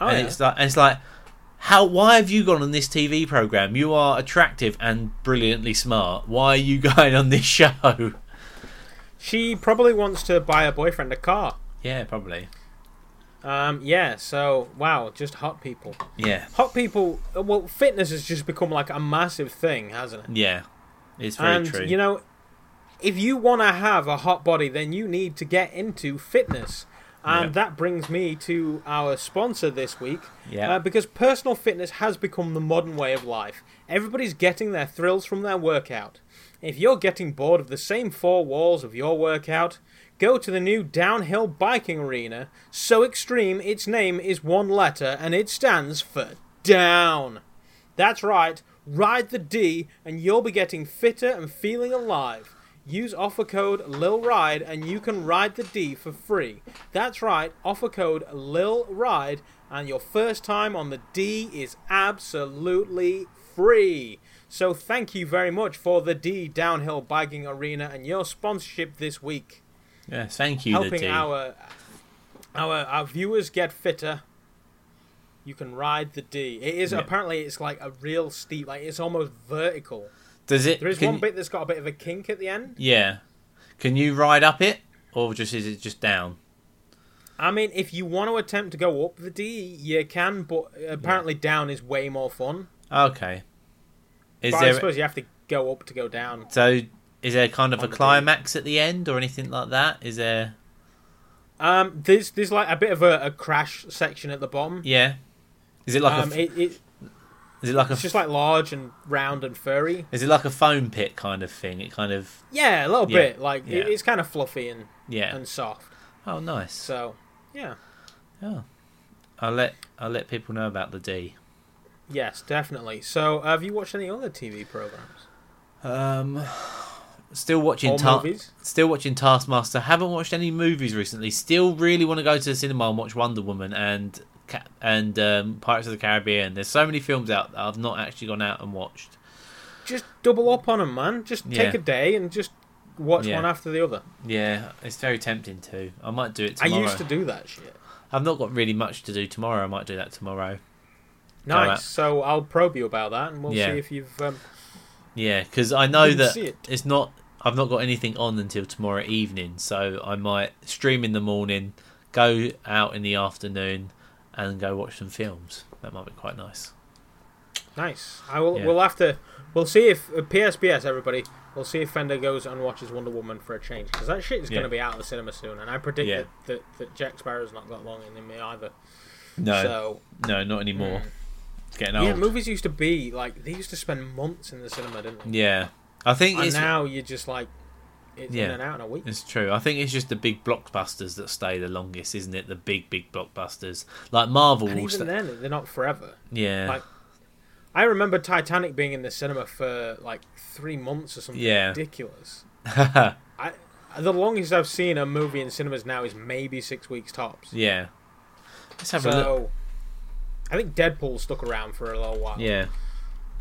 A: Oh,
B: and
A: yeah.
B: it's like and it's like. How? Why have you gone on this TV program? You are attractive and brilliantly smart. Why are you going on this show?
A: She probably wants to buy her boyfriend a car.
B: Yeah, probably.
A: Um, yeah, so wow, just hot people.
B: Yeah,
A: Hot people uh, well, fitness has just become like a massive thing, hasn't it?
B: yeah. It's very
A: and
B: true.
A: you know, if you want to have a hot body, then you need to get into fitness. And
B: Yeah.
A: that brings me to our sponsor this week.
B: Yeah.
A: Uh, because personal fitness has become the modern way of life. Everybody's getting their thrills from their workout. If you're getting bored of the same four walls of your workout, go to the new downhill biking arena. So extreme, its name is one letter and it stands for down. That's right, ride the D and you'll be getting fitter and feeling alive. Use offer code LILRIDE and you can ride the D for free. That's right, offer code LILRIDE and your first time on the D is absolutely free. So thank you very much for the D Downhill Biking Arena and your sponsorship this week
B: yeah, thank you, the
A: helping
B: team.
A: our our our viewers get fitter. You can ride the D. It is
B: Yeah.
A: apparently it's like a real steep, like it's almost vertical.
B: Does it?
A: There is
B: can
A: one
B: you-
A: bit that's got a bit of a kink at the end.
B: Yeah. Can you ride up it, or just is it just down?
A: I mean, if you want to attempt to go up the D, you can, but apparently down is way more fun.
B: Okay. Is
A: but I
B: there
A: suppose you have to go up to go down.
B: so? Is there kind of a
A: On the
B: climax at the end, or anything like that? Is there?
A: Um, there's there's like a bit of a, a crash section at the bottom.
B: Yeah. Is it like
A: Um,
B: a?
A: it, it,
B: is it like a?
A: it's just like large and round and furry.
B: is it like a foam pit kind of thing? It kind of.
A: Yeah, a little
B: Yeah.
A: bit. Like it-
B: Yeah.
A: it's kind of fluffy and,
B: Yeah.
A: and soft.
B: oh, nice.
A: So, yeah.
B: Oh. I'll let I'll let people know about the D.
A: Yes, definitely. So, have you watched any other TV programs?
B: Um. Still watching
A: Or
B: Ta-
A: movies.
B: Still watching Taskmaster. Haven't watched any movies recently. Still really want to go to the cinema and watch Wonder Woman and Ca- and um, Pirates of the Caribbean. There's so many films out that I've not actually gone out and watched.
A: Just double up on them, man. Just take a
B: Yeah.
A: day and just watch
B: Yeah.
A: one after the other.
B: Yeah, it's very tempting to. I might do it
A: I
B: tomorrow.
A: used to do that shit.
B: I've not got really much to do tomorrow. I might do that tomorrow.
A: Nice.
B: Alright.
A: So I'll probe you about that, and we'll
B: Yeah.
A: see if you've. Um,
B: Yeah, because I know
A: Didn't
B: that
A: see it.
B: it's not. I've not got anything on until tomorrow evening, so I might stream in the morning, go out in the afternoon, and go watch some films. That might be quite nice.
A: nice. I will.
B: Yeah.
A: We'll have to. We'll see if uh, PSPS everybody. We'll see if Fender goes and watches Wonder Woman for a change because that shit is
B: Yeah.
A: going to be out of the cinema soon, and I predict
B: Yeah.
A: that, that that Jack Sparrow's not got long in him either.
B: No,
A: So
B: no, not anymore. It's getting old.
A: yeah,
B: Yeah,
A: movies used to be like they used to spend months in the cinema, didn't they?
B: I think
A: And
B: it's
A: now you're just like it's in
B: Yeah.
A: and out in a week.
B: it's true. I think it's just the big blockbusters that stay the longest, isn't it? The big, big blockbusters like Marvel.
A: And
B: Will
A: even
B: sta-
A: then, they're not forever.
B: yeah,
A: like, I remember Titanic being in the cinema for like three months or something
B: Yeah.
A: ridiculous. I the longest I've seen a movie in cinemas now is maybe six weeks tops.
B: yeah. Let's have a look.
A: So I think Deadpool stuck around for a little while.
B: Yeah,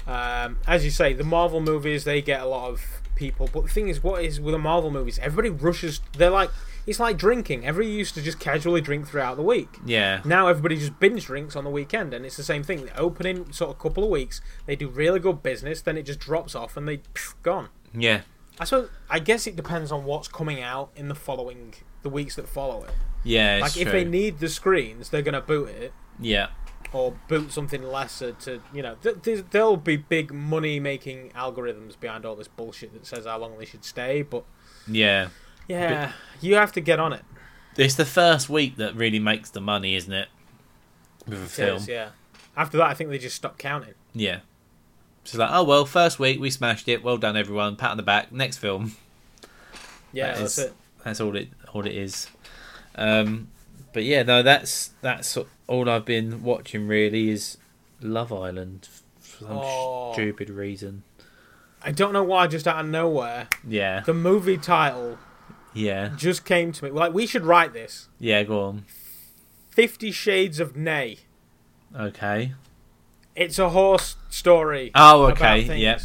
A: Um, as you say, the Marvel movies they get a lot of people. But the thing is, what is with the Marvel movies? Everybody rushes. They're like it's like drinking. Everybody used to just casually drink throughout the week.
B: yeah,
A: Now everybody just binge drinks on the weekend, and it's the same thing. The opening sort of couple of weeks, they do really good business, then it just drops off and they phew, gone.
B: yeah.
A: I suppose I guess it depends on what's coming out in the following the weeks that follow it.
B: Yeah,
A: like
B: it's
A: if
B: true.
A: they need the screens, they're gonna boot it
B: yeah,
A: or boot something lesser to you know. Th- th- there'll be big money making algorithms behind all this bullshit that says how long they should stay, but
B: yeah.
A: yeah, you have to get on it.
B: It's the first week that really makes the money, isn't it? With a film,
A: Yes, yeah. After that, I think they just stop counting.
B: yeah. So like, oh well, first week we smashed it. Well done, everyone. Pat on the back. Next film.
A: Yeah,
B: That
A: that's
B: is-
A: it.
B: That's all it. All it is. Um, but yeah, no, that's that's all I've been watching. Really, is Love Island for some
A: Oh.
B: stupid reason.
A: I don't know why, just out of nowhere,
B: Yeah,
A: the movie title
B: yeah,
A: just came to me. Like, we should write this
B: yeah. Go on.
A: Fifty Shades of Nay.
B: Okay.
A: It's a horse story.
B: Oh,
A: about
B: okay.
A: things.
B: Yep.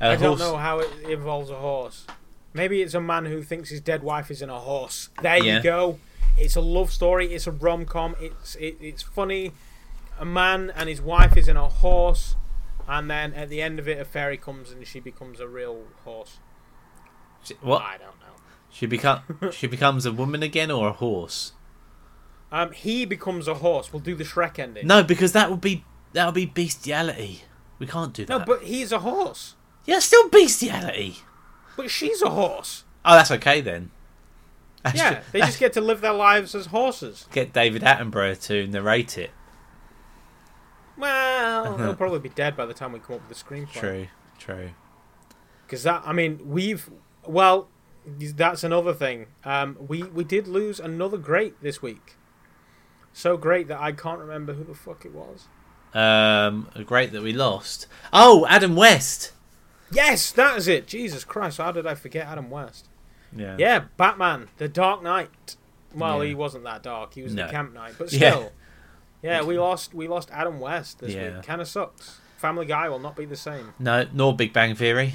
B: A
A: I don't
B: horse-
A: know how it involves a horse. Maybe it's a man who thinks his dead wife is in a horse. There
B: Yeah.
A: you go. It's a love story. It's a rom com. It's it, it's funny. A man and his wife is in a horse, and then at the end of it, a fairy comes and she becomes a real horse.
B: What?
A: I don't know.
B: She become she becomes a woman again or a horse?
A: Um, he becomes a horse. We'll do the Shrek ending.
B: No, because that would be that would be bestiality. We can't do that.
A: No, but he's a horse.
B: yeah, still bestiality.
A: But she's a horse.
B: Oh, that's okay then. That's
A: Yeah,
B: ju-
A: they just get to live their lives as horses.
B: get David Attenborough to narrate it.
A: Well, they'll probably be dead by the time we come up with the screenplay.
B: Uh-huh. True, true.
A: Because that, I mean, we've well, that's another thing. Um, we we did lose another great this week. So great that I can't remember who the fuck it was.
B: Um, great that we lost. Oh, Adam West.
A: Yes, that is it. Jesus Christ, how did I forget Adam West?
B: Yeah.
A: Yeah, Batman, The Dark Knight. Well,
B: Yeah.
A: he wasn't that dark. He was
B: No.
A: the camp knight, but
B: Yeah.
A: still. Yeah, we lost. We lost Adam West this
B: Yeah.
A: week. Kind of sucks. Family Guy will not be the same.
B: No, nor Big Bang Theory.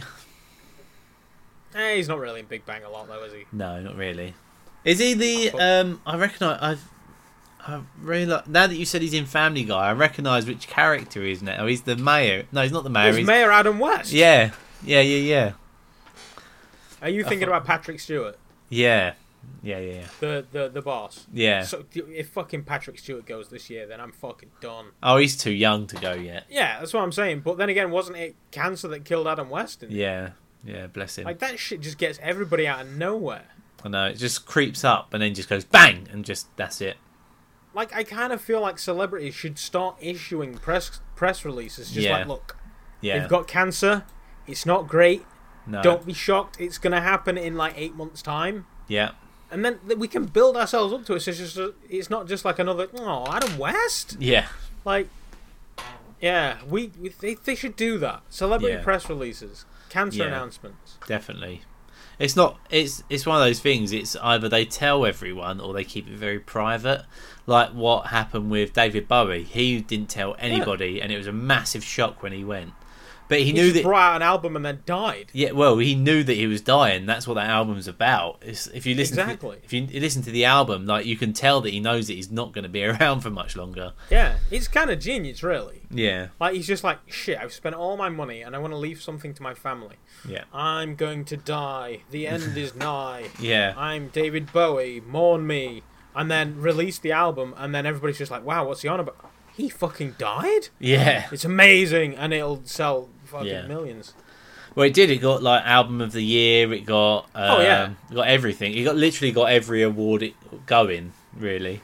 A: Eh, he's not really in Big Bang a lot though, is he?
B: No, not really. Is he the?
A: But-
B: Um, I recognise. I've. I realise now that you said he's in Family Guy. I recognise which character he is now. He's the mayor. No, he's not the mayor.
A: It's
B: He's,
A: Mayor Adam West.
B: yeah, yeah, yeah, yeah,
A: Are you thinking about Patrick Stewart,
B: yeah, yeah, yeah, yeah.
A: the the the boss?
B: yeah.
A: So if fucking Patrick Stewart goes this year, then I'm fucking done.
B: oh, he's too young to go yet.
A: Yeah, that's what I'm saying. But then again, wasn't it cancer that killed Adam West? And
B: Yeah, yeah. Bless him.
A: Like that shit just gets everybody out of nowhere.
B: I know it just creeps up and then just goes bang and just that's it.
A: Like I kind of feel like celebrities should start issuing press press releases. Just
B: Yeah.
A: like, look,
B: Yeah. Uh.
A: they've got cancer. It's not great.
B: no.
A: Don't be shocked. It's gonna happen in like eight months' time.
B: Yeah.
A: And then th- we can build ourselves up to it. So it's just, a- it's not just like another. Oh, Adam West.
B: Yeah.
A: Like, yeah, we, we they, they should do that. Celebrity
B: Yeah.
A: press releases. Cancer
B: Yeah.
A: announcements.
B: definitely. It's not. It's it's one of those things. It's either they tell everyone or they keep it very private. Like what happened with David Bowie. He didn't tell anybody, and it was a massive shock when he went. But he,
A: He
B: knew
A: just
B: that.
A: brought out an album and then died.
B: Yeah, well, he knew that he was dying. That's what that album's about. It's, if you listen,
A: Exactly.
B: to the, if you listen to the album, like you can tell that he knows that he's not going to be around for much longer.
A: Yeah, it's kind of genius, really.
B: Yeah,
A: Like he's just like, shit. I've spent all my money, and I want to leave something to my family.
B: yeah,
A: I'm going to die. The end is nigh.
B: yeah,
A: I'm David Bowie. Mourn me. And then release the album, and then everybody's just like, wow, what's he on about? He fucking died.
B: yeah.
A: It's amazing, and it'll sell fucking
B: Yeah.
A: millions.
B: Well, it did. It got like album of the year. It got um,
A: Oh, yeah.
B: it got everything. It got literally got every award it going really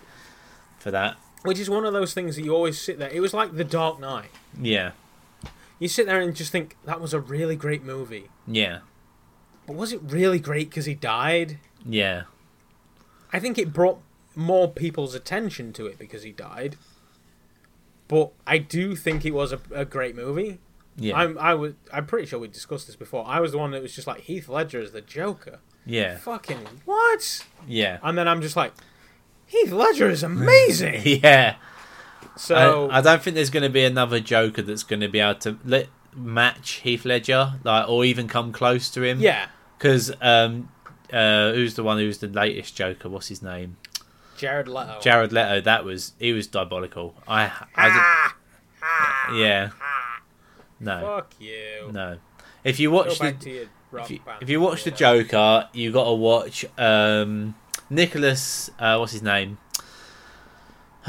B: for that.
A: Which is one of those things that you always sit there. It was like The Dark Knight.
B: Yeah,
A: You sit there and just think that was a really great movie,
B: yeah,
A: but was it really great because he died?
B: yeah,
A: I think it brought more people's attention to it because he died. But I do think it was a, a great movie.
B: yeah,
A: I'm I was I'm pretty sure we discussed this before. I was the one that was just like Heath Ledger as the Joker.
B: yeah,
A: Fucking what?
B: yeah,
A: And then I'm just like, Heath Ledger is amazing.
B: yeah.
A: so
B: I, I don't think there's going to be another Joker that's going to be able to let, match Heath Ledger, like, or even come close to him.
A: yeah,
B: because um, uh, who's the one who's the latest Joker? What's his name?
A: Jared Leto.
B: Jared Leto. That was he was diabolical. I, I did-
A: ah, ah,
B: yeah, no,
A: Fuck you.
B: no. If you
A: Go
B: watch the
A: back to your rock
B: if you,
A: band.
B: if you watch the
A: Yeah.
B: Joker, you got to watch um, Nicholas. Uh, what's his name?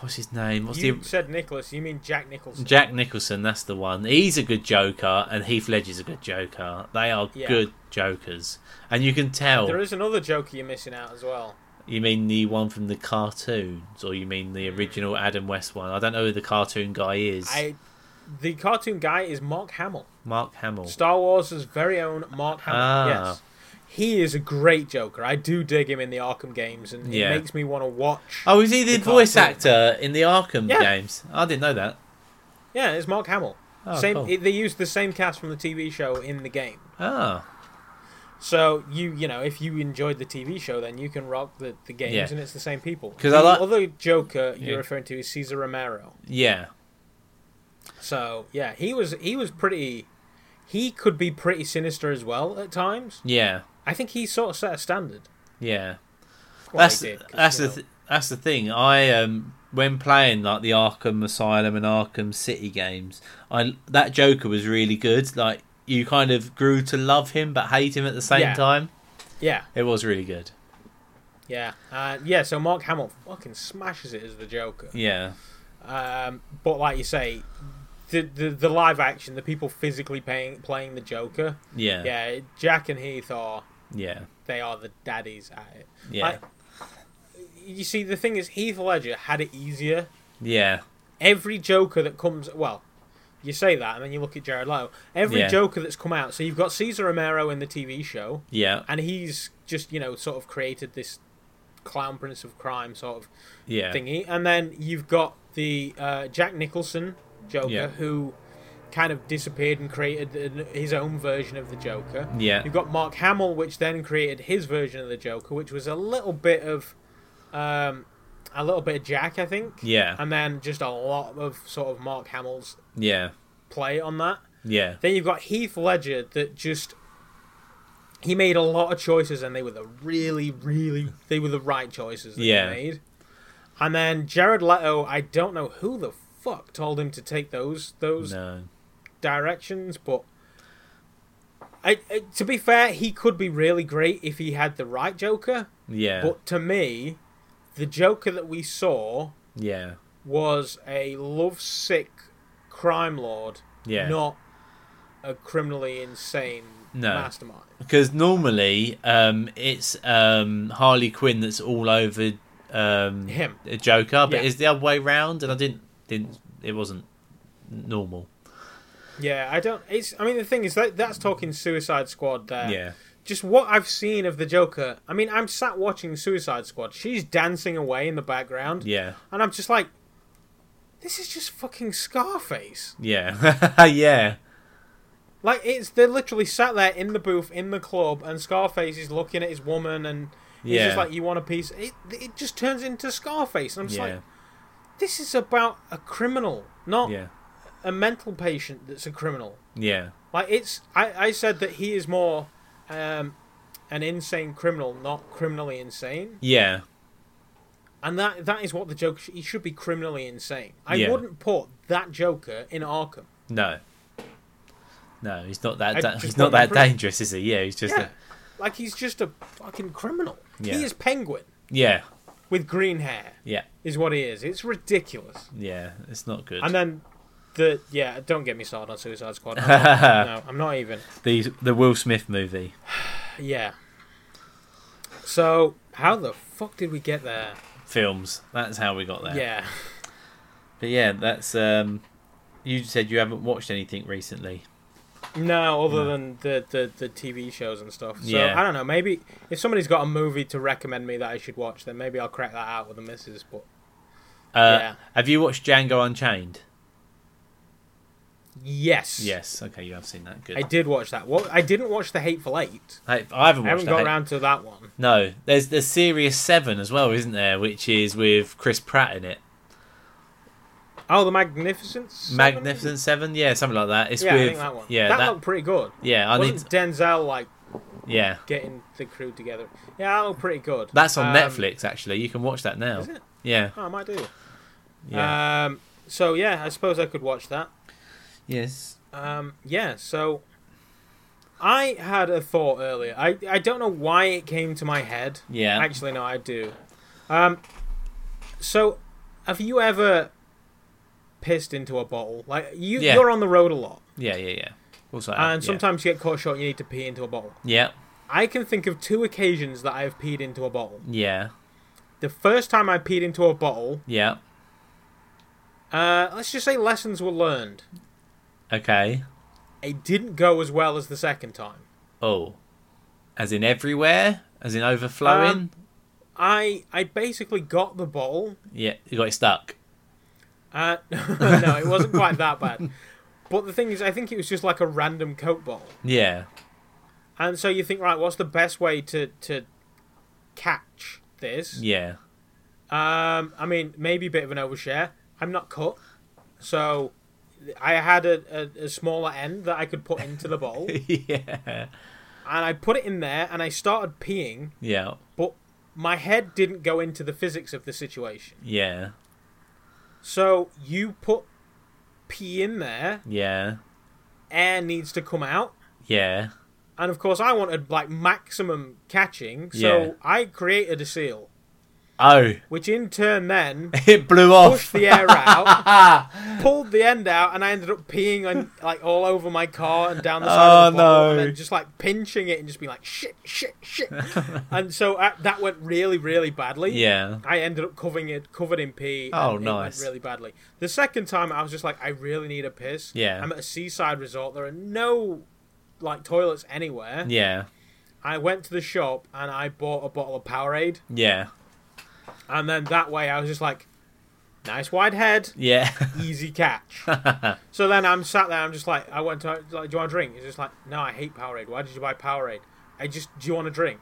B: what's his name? What's
A: You
B: the
A: said Nicholas. You mean Jack Nicholson?
B: Jack Nicholson, that's the one. He's a good Joker, and Heath Ledger's a good Joker. They are
A: Yeah.
B: good Jokers, and you can tell.
A: There is another Joker you're missing out as well.
B: You mean the one from the cartoons, or you mean the original Adam West one? I don't know who the cartoon guy is.
A: I, the cartoon guy is Mark Hamill,
B: Mark Hamill.
A: Star Wars' very own Mark Hamill.
B: Ah.
A: Yes, he is a great Joker. I do dig him in the Arkham games, and
B: Yeah.
A: it makes me want to watch.
B: Oh, is he the,
A: The
B: voice
A: cartoon.
B: actor in the Arkham
A: Yeah.
B: games? I didn't know that.
A: Yeah, it's Mark Hamill.
B: Oh,
A: same.
B: cool.
A: They used the same cast from the TV show in the game.
B: Ah,
A: So you you know if you enjoyed the TV show, then you can rock the, the games,
B: Yeah.
A: and it's the same people.
B: 'Cause
A: the
B: I like-
A: other Joker you're
B: Yeah.
A: referring to is Caesar Romero.
B: yeah,
A: So yeah, he was he was pretty. He could be pretty sinister as well at times.
B: yeah,
A: I think he sort of set a standard.
B: yeah.
A: Well,
B: that's
A: he did, 'cause,
B: that's
A: you
B: the th- that's the thing. I um when playing like the Arkham Asylum and Arkham City games, I that Joker was really good. Like you kind of grew to love him but hate him at the same
A: Yeah.
B: time.
A: know, yeah,
B: It was really good.
A: yeah, uh, yeah. So Mark Hamill fucking smashes it as the Joker.
B: Yeah,
A: Um, but like you say, the, the the live action, the people physically paying, playing the Joker.
B: yeah, yeah,
A: Yeah, Jack and Heath are
B: yeah,
A: they are the daddies at it.
B: yeah,
A: Like, you see, the thing is, Heath Ledger had it easier
B: yeah,
A: every Joker that comes, well, you say that, and then you look at Jared Leto. Every
B: Yeah.
A: Joker that's come out. So you've got Caesar Romero in the TV show,
B: yeah,
A: and he's just you know sort of created this clown prince of crime sort of
B: yeah,
A: thingy, and then you've got the uh, Jack Nicholson Joker
B: Yeah.
A: who kind of disappeared and created an- his own version of the Joker.
B: yeah,
A: You've got Mark Hamill, which then created his version of the Joker, which was a little bit of, um, a little bit of Jack, I think
B: yeah,
A: and then just a lot of sort of Mark Hamill's
B: yeah,
A: play on that.
B: yeah,
A: Then you've got Heath Ledger that just he made a lot of choices and they were the really, really they were the right choices that
B: Yeah.
A: he made. And then Jared Leto, I don't know who the fuck told him to take those those
B: no,
A: directions, but I, I, to be fair, he could be really great if he had the right Joker.
B: yeah,
A: But to me, the Joker that we saw
B: yeah,
A: was a lovesick crime lord,
B: yeah.
A: not a criminally insane
B: No.
A: mastermind.
B: Because normally, um, it's um Harley Quinn that's all over um
A: Him.
B: a Joker,
A: Yeah.
B: but it's the other way round, and I didn't didn't it wasn't normal.
A: Yeah, I don't. It's. I mean, the thing is that that's talking Suicide Squad there.
B: Yeah,
A: Just what I've seen of the Joker. I mean, I'm sat watching Suicide Squad. She's dancing away in the background,
B: yeah,
A: and I'm just like, this is just fucking Scarface.
B: yeah, yeah,
A: Like it's they're literally sat there in the booth in the club, and Scarface is looking at his woman, and he's
B: Yeah.
A: just like, "You want a piece?" It it just turns into Scarface, and I'm just
B: yeah.
A: like, oh. "This is about a criminal, not
B: yeah.
A: a mental patient that's a criminal."
B: Yeah.
A: Like it's I, I said that he is more um, an insane criminal, not criminally insane,
B: Yeah.
A: and that that is what the Joker sh- he should be criminally insane. I
B: Yeah.
A: wouldn't put that Joker in Arkham.
B: No. No, he's not that.
A: I
B: Da-
A: just
B: he's
A: want
B: not
A: him
B: that
A: free.
B: dangerous, is he? Yeah, he's just.
A: Yeah,
B: Yeah. A,
A: like he's just a fucking criminal.
B: Yeah.
A: He is Penguin
B: yeah.
A: with green hair.
B: Yeah.
A: is what he is. It's ridiculous.
B: Yeah. It's not good.
A: And then the yeah, don't get me started on Suicide Squad. I'm not- no, I'm not even.
B: the the Will Smith movie.
A: Yeah. So how the fuck did we get there?
B: films. That's how we got there.
A: Yeah.
B: But yeah, that's um you said you haven't watched anything recently.
A: No, other than the, the the TV shows and stuff. So
B: Yeah.
A: I don't know. Maybe if somebody's got a movie to recommend me that I should watch, then maybe I'll crack that out with the missus. But
B: Uh
A: Yeah.
B: have you watched Django Unchained?
A: yes,
B: Yes. Okay, you have seen that. Good.
A: I did watch that. What I didn't watch the Hateful Eight.
B: I, I haven't watched
A: I haven't
B: that.
A: got around to that one.
B: No. There's there's Serious Seven as well, isn't there? Which is with Chris Pratt in it.
A: Oh, the Magnificent. Seven?
B: Magnificent Seven? Yeah, something like that. It's
A: Yeah,
B: with
A: I think that one.
B: Yeah,
A: that,
B: that-
A: looked pretty good.
B: yeah, I need
A: Wasn't Denzel like
B: yeah.
A: getting the crew together? Yeah, that looked pretty good.
B: That's on
A: Um,
B: Netflix actually. You can watch that now.
A: Is it?
B: Yeah.
A: Oh, I might do.
B: Yeah.
A: Um, so yeah, I suppose I could watch that.
B: yes.
A: Um, yeah, so I had a thought earlier. I, I don't know why it came to my head.
B: Yeah.
A: Actually, no, I do. Um, so have you ever pissed into a bottle? Like you,
B: Yeah.
A: you're on the road a lot,
B: yeah, yeah, yeah. Also,
A: and
B: yeah.
A: sometimes you get caught short. You need to pee into a bottle.
B: Yeah.
A: I can think of two occasions that I have peed into a bottle.
B: Yeah.
A: The first time I peed into a bottle,
B: Yeah.
A: uh, let's just say lessons were learned.
B: Okay.
A: It didn't go as well as the second time.
B: Oh, as in everywhere, as in overflowing.
A: Um, I I basically got the bottle.
B: yeah, you got it stuck.
A: Uh, no, it wasn't quite that bad. But the thing is, I think it was just like a random coke bottle.
B: Yeah,
A: And so you think, right, what's the best way to to catch this?
B: yeah,
A: Um, I mean, maybe a bit of an overshare. I'm not cut, so I had a, a, a smaller end that I could put into the bottle, and
B: yeah,
A: I put it in there, and I started peeing,
B: yeah,
A: but my head didn't go into the physics of the situation.
B: yeah,
A: So you put pee in there,
B: yeah,
A: air needs to come out.
B: yeah,
A: And of course, I wanted like maximum catching, so
B: Yeah.
A: I created a seal,
B: Oh,
A: which in turn then
B: it blew
A: pushed
B: off.
A: the air out, pulled the end out, and I ended up peeing on like all over my car and down the side of
B: Oh,
A: the bottle,
B: no.
A: and then just like pinching it and just being like shit, shit, shit. and so uh, that went really, really badly.
B: Yeah,
A: I ended up covering it, covered in pee.
B: Oh,
A: and
B: nice.
A: It went really badly. The second time, I was just like, I really need a piss.
B: Yeah.
A: I'm at a seaside resort. There are no like toilets anywhere.
B: yeah,
A: I went to the shop and I bought a bottle of Powerade,
B: yeah,
A: and then that way I was just like, nice wide head,
B: yeah,
A: easy catch. so then I'm sat there. I'm just like, I went to like, do you want a drink? He's just like, no, I hate Powerade. Why did you buy Powerade? I just, do you want a drink?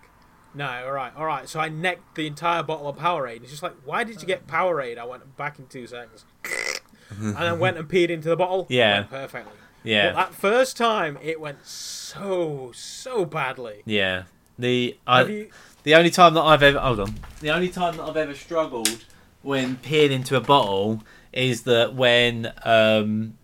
A: No, all right, all right. So I necked the entire bottle of Powerade. He's just like, why did you get Powerade? I went back in two seconds, and then went and peed into the bottle.
B: Yeah.
A: Went perfectly. But
B: yeah,
A: that first time, it went so so badly.
B: yeah. The
A: Have
B: I,
A: you?
B: the only time that I've ever hold on, the only time that I've ever struggled when peeing into a bottle is that when um,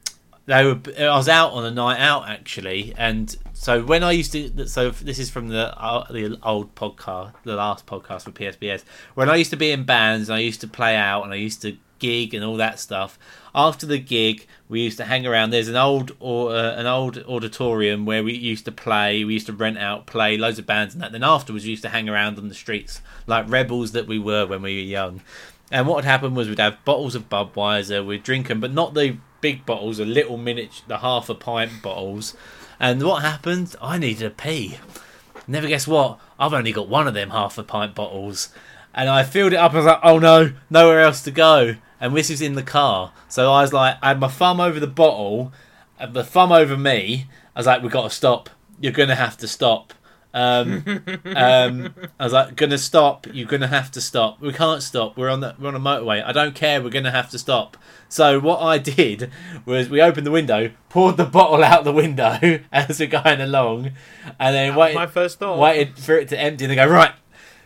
B: they were I was out on a night out actually, and so when I used to so this is from the uh, the old podcast, the last podcast for PSBS. When I used to be in bands, and I used to play out, and I used to gig and all that stuff. After the gig, we used to hang around. There's an old or uh, an old auditorium where we used to play. We used to rent out, play loads of bands and that. Then afterwards, we used to hang around on the streets like rebels that we were when we were young. And what would happen was we'd have bottles of Budweiser, we'd drink them, but not the big bottles, the little miniature, the half a pint bottles. And what happened? I needed a pee. Never guess what? I've only got one of them half a pint bottles. And I filled it up. I was like, oh no, nowhere else to go. And this is in the car. So I was like, I had my thumb over the bottle uh, the thumb over me. I was like, "We got to stop. You're gonna have to stop." Um, um, I was like, "Gonna stop. You're gonna have to stop. We can't stop. We're on the we're on a motorway. I don't care. We're gonna have to stop." So what I did was we opened the window, poured the bottle out the window as we're going along, and then waited,
A: my first thought.
B: waited for it to empty, and then go right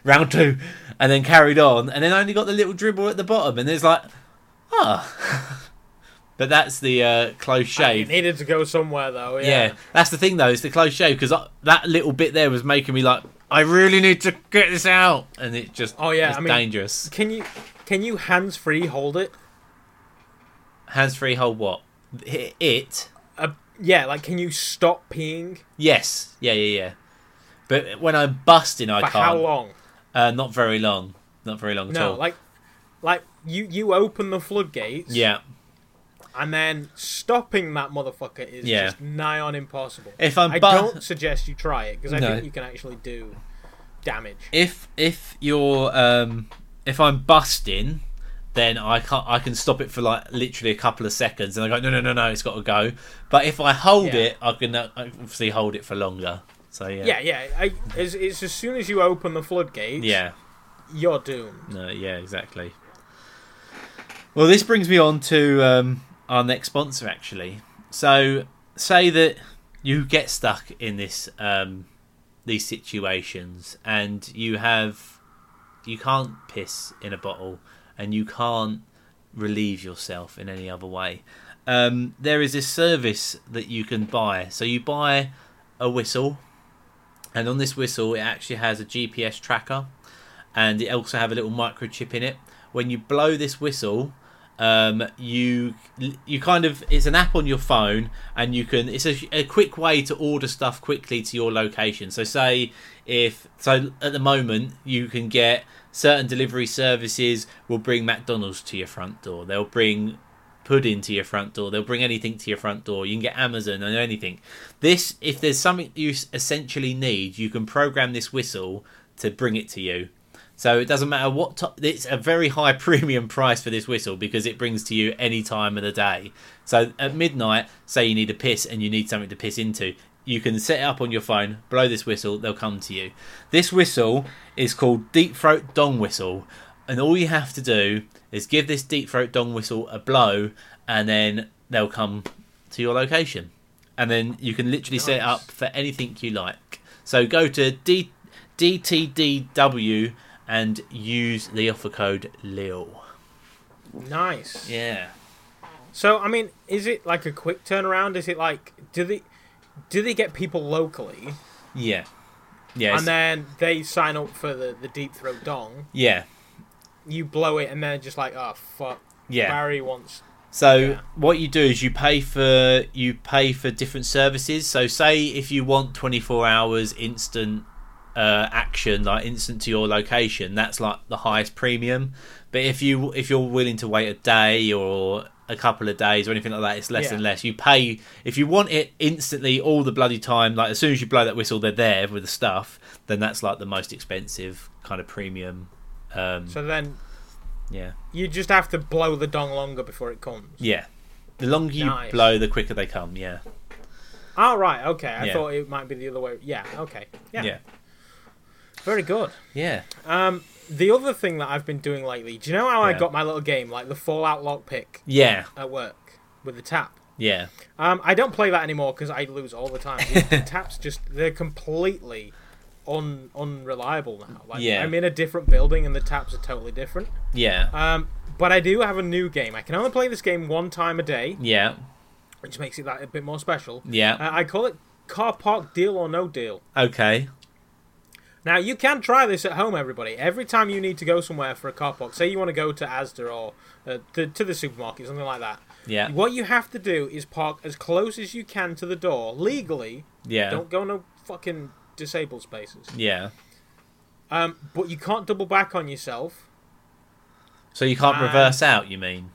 B: round two, and then carried on, and then only got the little dribble at the bottom, and it's like, ah. but that's the uh,
A: It
B: close shave.
A: needed to go somewhere though.
B: yeah. that's the thing though. It's the close shave because that little bit there was making me like, I really need to get this out, and it just
A: Oh, yeah,
B: it's
A: I mean-
B: dangerous.
A: Can you can you hands free hold it?
B: Hands free, hold what? H- It.
A: Uh, yeah, like can you stop peeing
B: Yes. Yeah, yeah, yeah. But when I'm busting, I
A: for
B: can't.
A: how long?
B: Uh, not very long. Not very long at
A: No,
B: all.
A: like like you you open the floodgates.
B: yeah.
A: And then stopping that motherfucker is
B: Yeah.
A: just nigh on impossible.
B: If I'm
A: I
B: bu-
A: don't suggest you try it because I
B: No.
A: think you can actually do damage.
B: if if you're um if I'm busting, then I can not I can stop it for like literally a couple of seconds, and I go no no no no it's got to go. But if I hold
A: Yeah.
B: it, I can uh, obviously hold it for longer. So yeah,
A: Yeah, yeah. I, it's, it's as soon as you open the floodgates,
B: yeah,
A: you're doomed.
B: no, yeah, exactly. Well, this brings me on to um, our next sponsor actually. So say that you get stuck in this um, these situations and you have you can't piss in a bottle and you can't relieve yourself in any other way um, there is this service that you can buy so you buy a whistle and on this whistle it actually has a gps tracker and it also have a little microchip in it when you blow this whistle um, you you kind of it's an app on your phone and you can it's a, a quick way to order stuff quickly to your location so say if so at the moment you can get certain delivery services will bring mcdonald's to your front door they'll bring pudding to your front door they'll bring anything to your front door you can get amazon and anything this if there's something you s- essentially need you can program this whistle to bring it to you so it doesn't matter what time. It's a very high premium price for this whistle because it brings to you any time of the day. So at midnight, say you need a piss and you need something to piss into, you can set it up on your phone, blow this whistle, they'll come to you. This whistle is called Deep Throat Dong Whistle, and all you have to do is give this Deep Throat Dong Whistle a blow, and then they'll come to your location. And then you can literally set it
A: Nice.
B: up for anything you like. So go to D- DTDW and use the offer code LIL.
A: Nice.
B: Yeah.
A: So I mean, is it like a quick turnaround? Is it like do they do they get people locally
B: Yeah. Yeah. it's-
A: and then they sign up for the, the deep throat dong?
B: yeah.
A: You blow it and they're just like, oh fuck,
B: Yeah.
A: Barry wants.
B: So
A: Yeah.
B: what you do is you pay for you pay for different services. So say if you want 24 hours instant uh, action, like instant to your location, that's like the highest premium. But if you if you're willing to wait a day or a couple of days or anything like that, it's less
A: Yeah.
B: and less. You pay if you want it instantly all the bloody time. Like as soon as you blow that whistle, they're there with the stuff. Then that's like the most expensive kind of premium. Um,
A: So then
B: yeah.
A: you just have to blow the dong longer before it comes.
B: Yeah. The longer you
A: Nice.
B: blow, the quicker they come. Yeah.
A: Oh right, okay. I
B: Yeah.
A: thought it might be the other way. Yeah, okay. Yeah,
B: Yeah.
A: very good.
B: Yeah.
A: Um, the other thing that I've been doing lately, do you know how I
B: Yeah.
A: got my little game, like the Fallout lockpick
B: Yeah.
A: at work with the tap?
B: Yeah.
A: Um, I don't play that anymore because I lose all the time. the taps just they're completely un unreliable now. Like
B: Yeah.
A: I'm in a different building and the taps are totally different.
B: Yeah.
A: Um, but I do have a new game. I can only play this game one time a day,
B: yeah.
A: which makes it that a bit more special.
B: Yeah.
A: Uh, I call it Car Park Deal or No Deal.
B: okay.
A: Now you can try this at home, everybody. Every time you need to go somewhere for a car park, say you want to go to Asda or uh, to, to the supermarket, something like that.
B: Yeah.
A: What you have to do is park as close as you can to the door legally.
B: Yeah.
A: Don't go no fucking disabled spaces.
B: yeah.
A: Um, but you can't double back on yourself.
B: So you can't
A: And-
B: reverse out, you mean?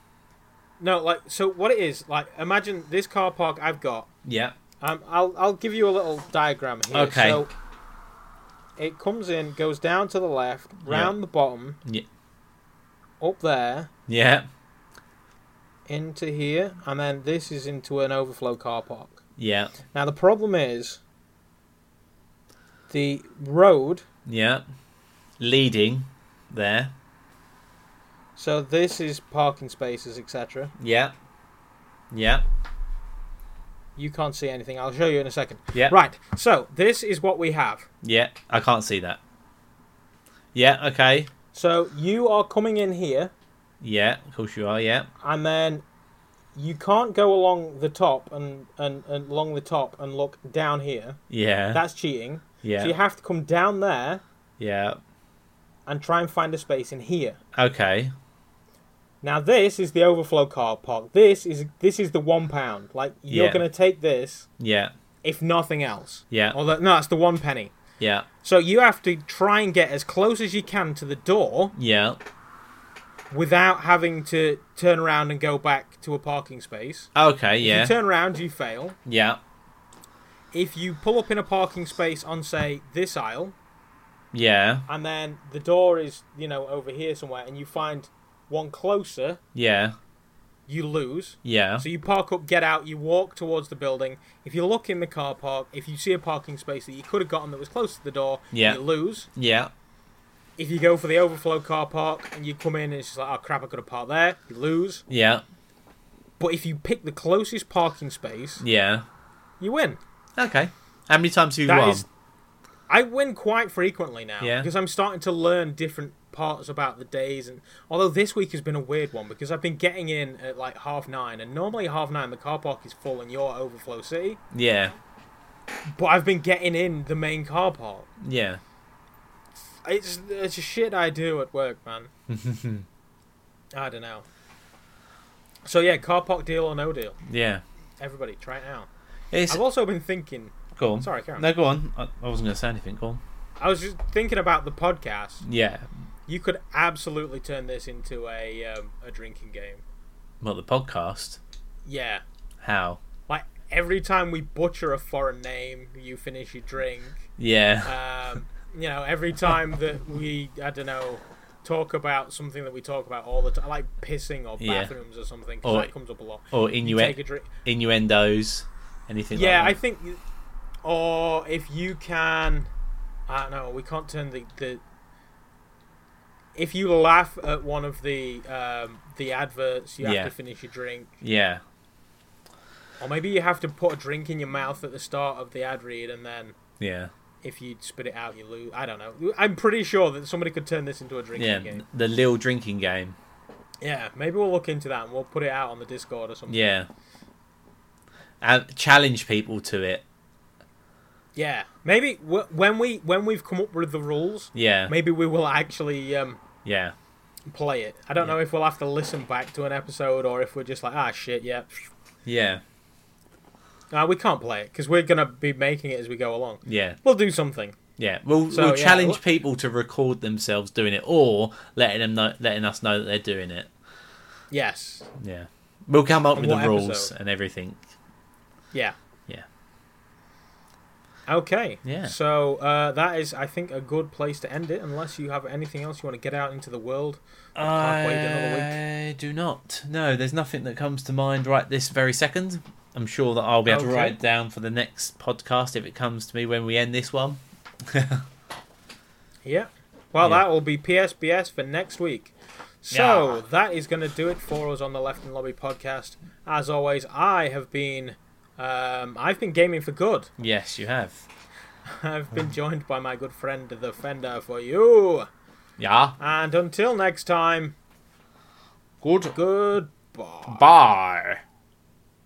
A: No, like so. What it is like? Imagine this car park I've got.
B: Yeah.
A: Um, I'll I'll give you a little diagram here.
B: Okay.
A: So it comes in, goes down to the left, round the bottom,
B: Yeah.
A: up there,
B: Yeah.
A: into here, and then this is into an overflow car park.
B: Yeah.
A: Now the problem is the road.
B: Yeah. Leading there.
A: So this is parking spaces, etc.
B: Yeah. Yeah.
A: You can't see anything. I'll show you in a second.
B: Yeah.
A: Right. So this is what we have.
B: Yeah. I can't see that. Yeah. Okay.
A: So you are coming in here,
B: Yeah. Of course you are. Yeah.
A: and then you can't go along the top and, and, and along the top and look down here.
B: Yeah.
A: That's cheating. So you
B: yeah.
A: have to come down there
B: Yeah.
A: and try and find a space in here.
B: Okay.
A: Now this is the overflow car park. This is this is the one pound. Like you're
B: Yeah.
A: gonna take this
B: Yeah.
A: if nothing else.
B: Yeah.
A: Although no, it's the one penny.
B: Yeah.
A: So you have to try and get as close as you can to the door
B: Yeah.
A: without having to turn around and go back to a parking space.
B: Okay.
A: If
B: Yeah.
A: you turn around, you fail.
B: Yeah.
A: If you pull up in a parking space on say this aisle,
B: Yeah.
A: and then the door is you know over here somewhere, and you find one closer,
B: Yeah.
A: you lose.
B: Yeah.
A: So you park up, get out, you walk towards the building. If you look in the car park, if you see a parking space that you could have gotten that was close to the door,
B: Yeah.
A: you lose.
B: Yeah.
A: If you go for the overflow car park and you come in and it's just like, oh crap, I could have parked there, you lose.
B: Yeah.
A: But if you pick the closest parking space,
B: Yeah.
A: you win.
B: Okay. How many times have you
A: That
B: won?
A: is- I win quite frequently now
B: Yeah.
A: because I'm starting to learn different parts about the days and although this week has been a weird one because I've been getting in at like half nine and normally half nine the car park is full and you're overflow city
B: Yeah.
A: but I've been getting in the main car park
B: Yeah.
A: It's it's a shit I do at work, man. I don't know. So yeah, car park deal or no deal.
B: Yeah.
A: Everybody, try it out.
B: It's
A: I've also been thinking.
B: go on.
A: Sorry, Karen.
B: No, go on. I, I wasn't going to say anything. Go on.
A: I was just thinking about the podcast.
B: Yeah.
A: You could absolutely turn this into a um, a drinking game.
B: Well, the podcast.
A: Yeah,
B: How?
A: like every time we butcher a foreign name, you finish your drink.
B: Yeah.
A: Um, you know, every time that we, I don't know, talk about something that we talk about all the time, like pissing or
B: Yeah.
A: bathrooms or something, 'cause
B: Or-
A: that comes up a lot.
B: or
A: Uh, You
B: innuen-
A: take a drink.
B: innuendos. Anything
A: Yeah, I
B: like
A: think. Or if you can, I don't know. We can't turn the the. If you laugh at one of the um, the adverts, you have
B: Yeah.
A: to finish your drink,
B: that? Yeah.
A: or maybe you have to put a drink in your mouth at the start of the ad read, and then
B: Yeah.
A: if you spit it out, you lose. I don't know. I'm pretty sure that somebody could turn this into a drinking
B: Yeah.
A: game.
B: The Lil drinking game.
A: Yeah, maybe we'll look into that and we'll put it out on the Discord or something.
B: Yeah. And challenge people to it.
A: Yeah, maybe w- when we when we've come up with the rules,
B: Yeah.
A: maybe we will actually um,
B: Yeah.
A: play it. I don't know if we'll have to listen back to an episode or if we're just like, ah, shit, yeah.
B: Yeah.
A: No, we can't play it because we're going to be making it as we go along.
B: Yeah.
A: We'll do something.
B: Yeah, we'll,
A: So,
B: we'll
A: yeah,
B: challenge
A: wha-
B: people to record themselves doing it, or letting them know, letting us know that they're doing it.
A: Yes.
B: Yeah, we'll come up
A: And
B: with the
A: what
B: rules
A: episode?
B: and everything.
A: Yeah.
B: Yeah.
A: Okay.
B: Yeah.
A: So uh, that is, I think, a good place to end it unless you have anything else you want to get out into the world. can't wait another
B: I do not. No, there's nothing that comes to mind right this very second. I'm sure that I'll be able to
A: Okay.
B: write it down for the next podcast if it comes to me when we end this one.
A: Yeah. Well,
B: Yeah.
A: that will be PSBS for next week. So that is going to do it for us on the Left and Lobby podcast. As always, I have been, um, I've been gaming for good.
B: Yes, you have.
A: I've been joined by my good friend, the Fender, for you.
B: Yeah.
A: And until next time,
B: Good.
A: goodbye.
B: Bye.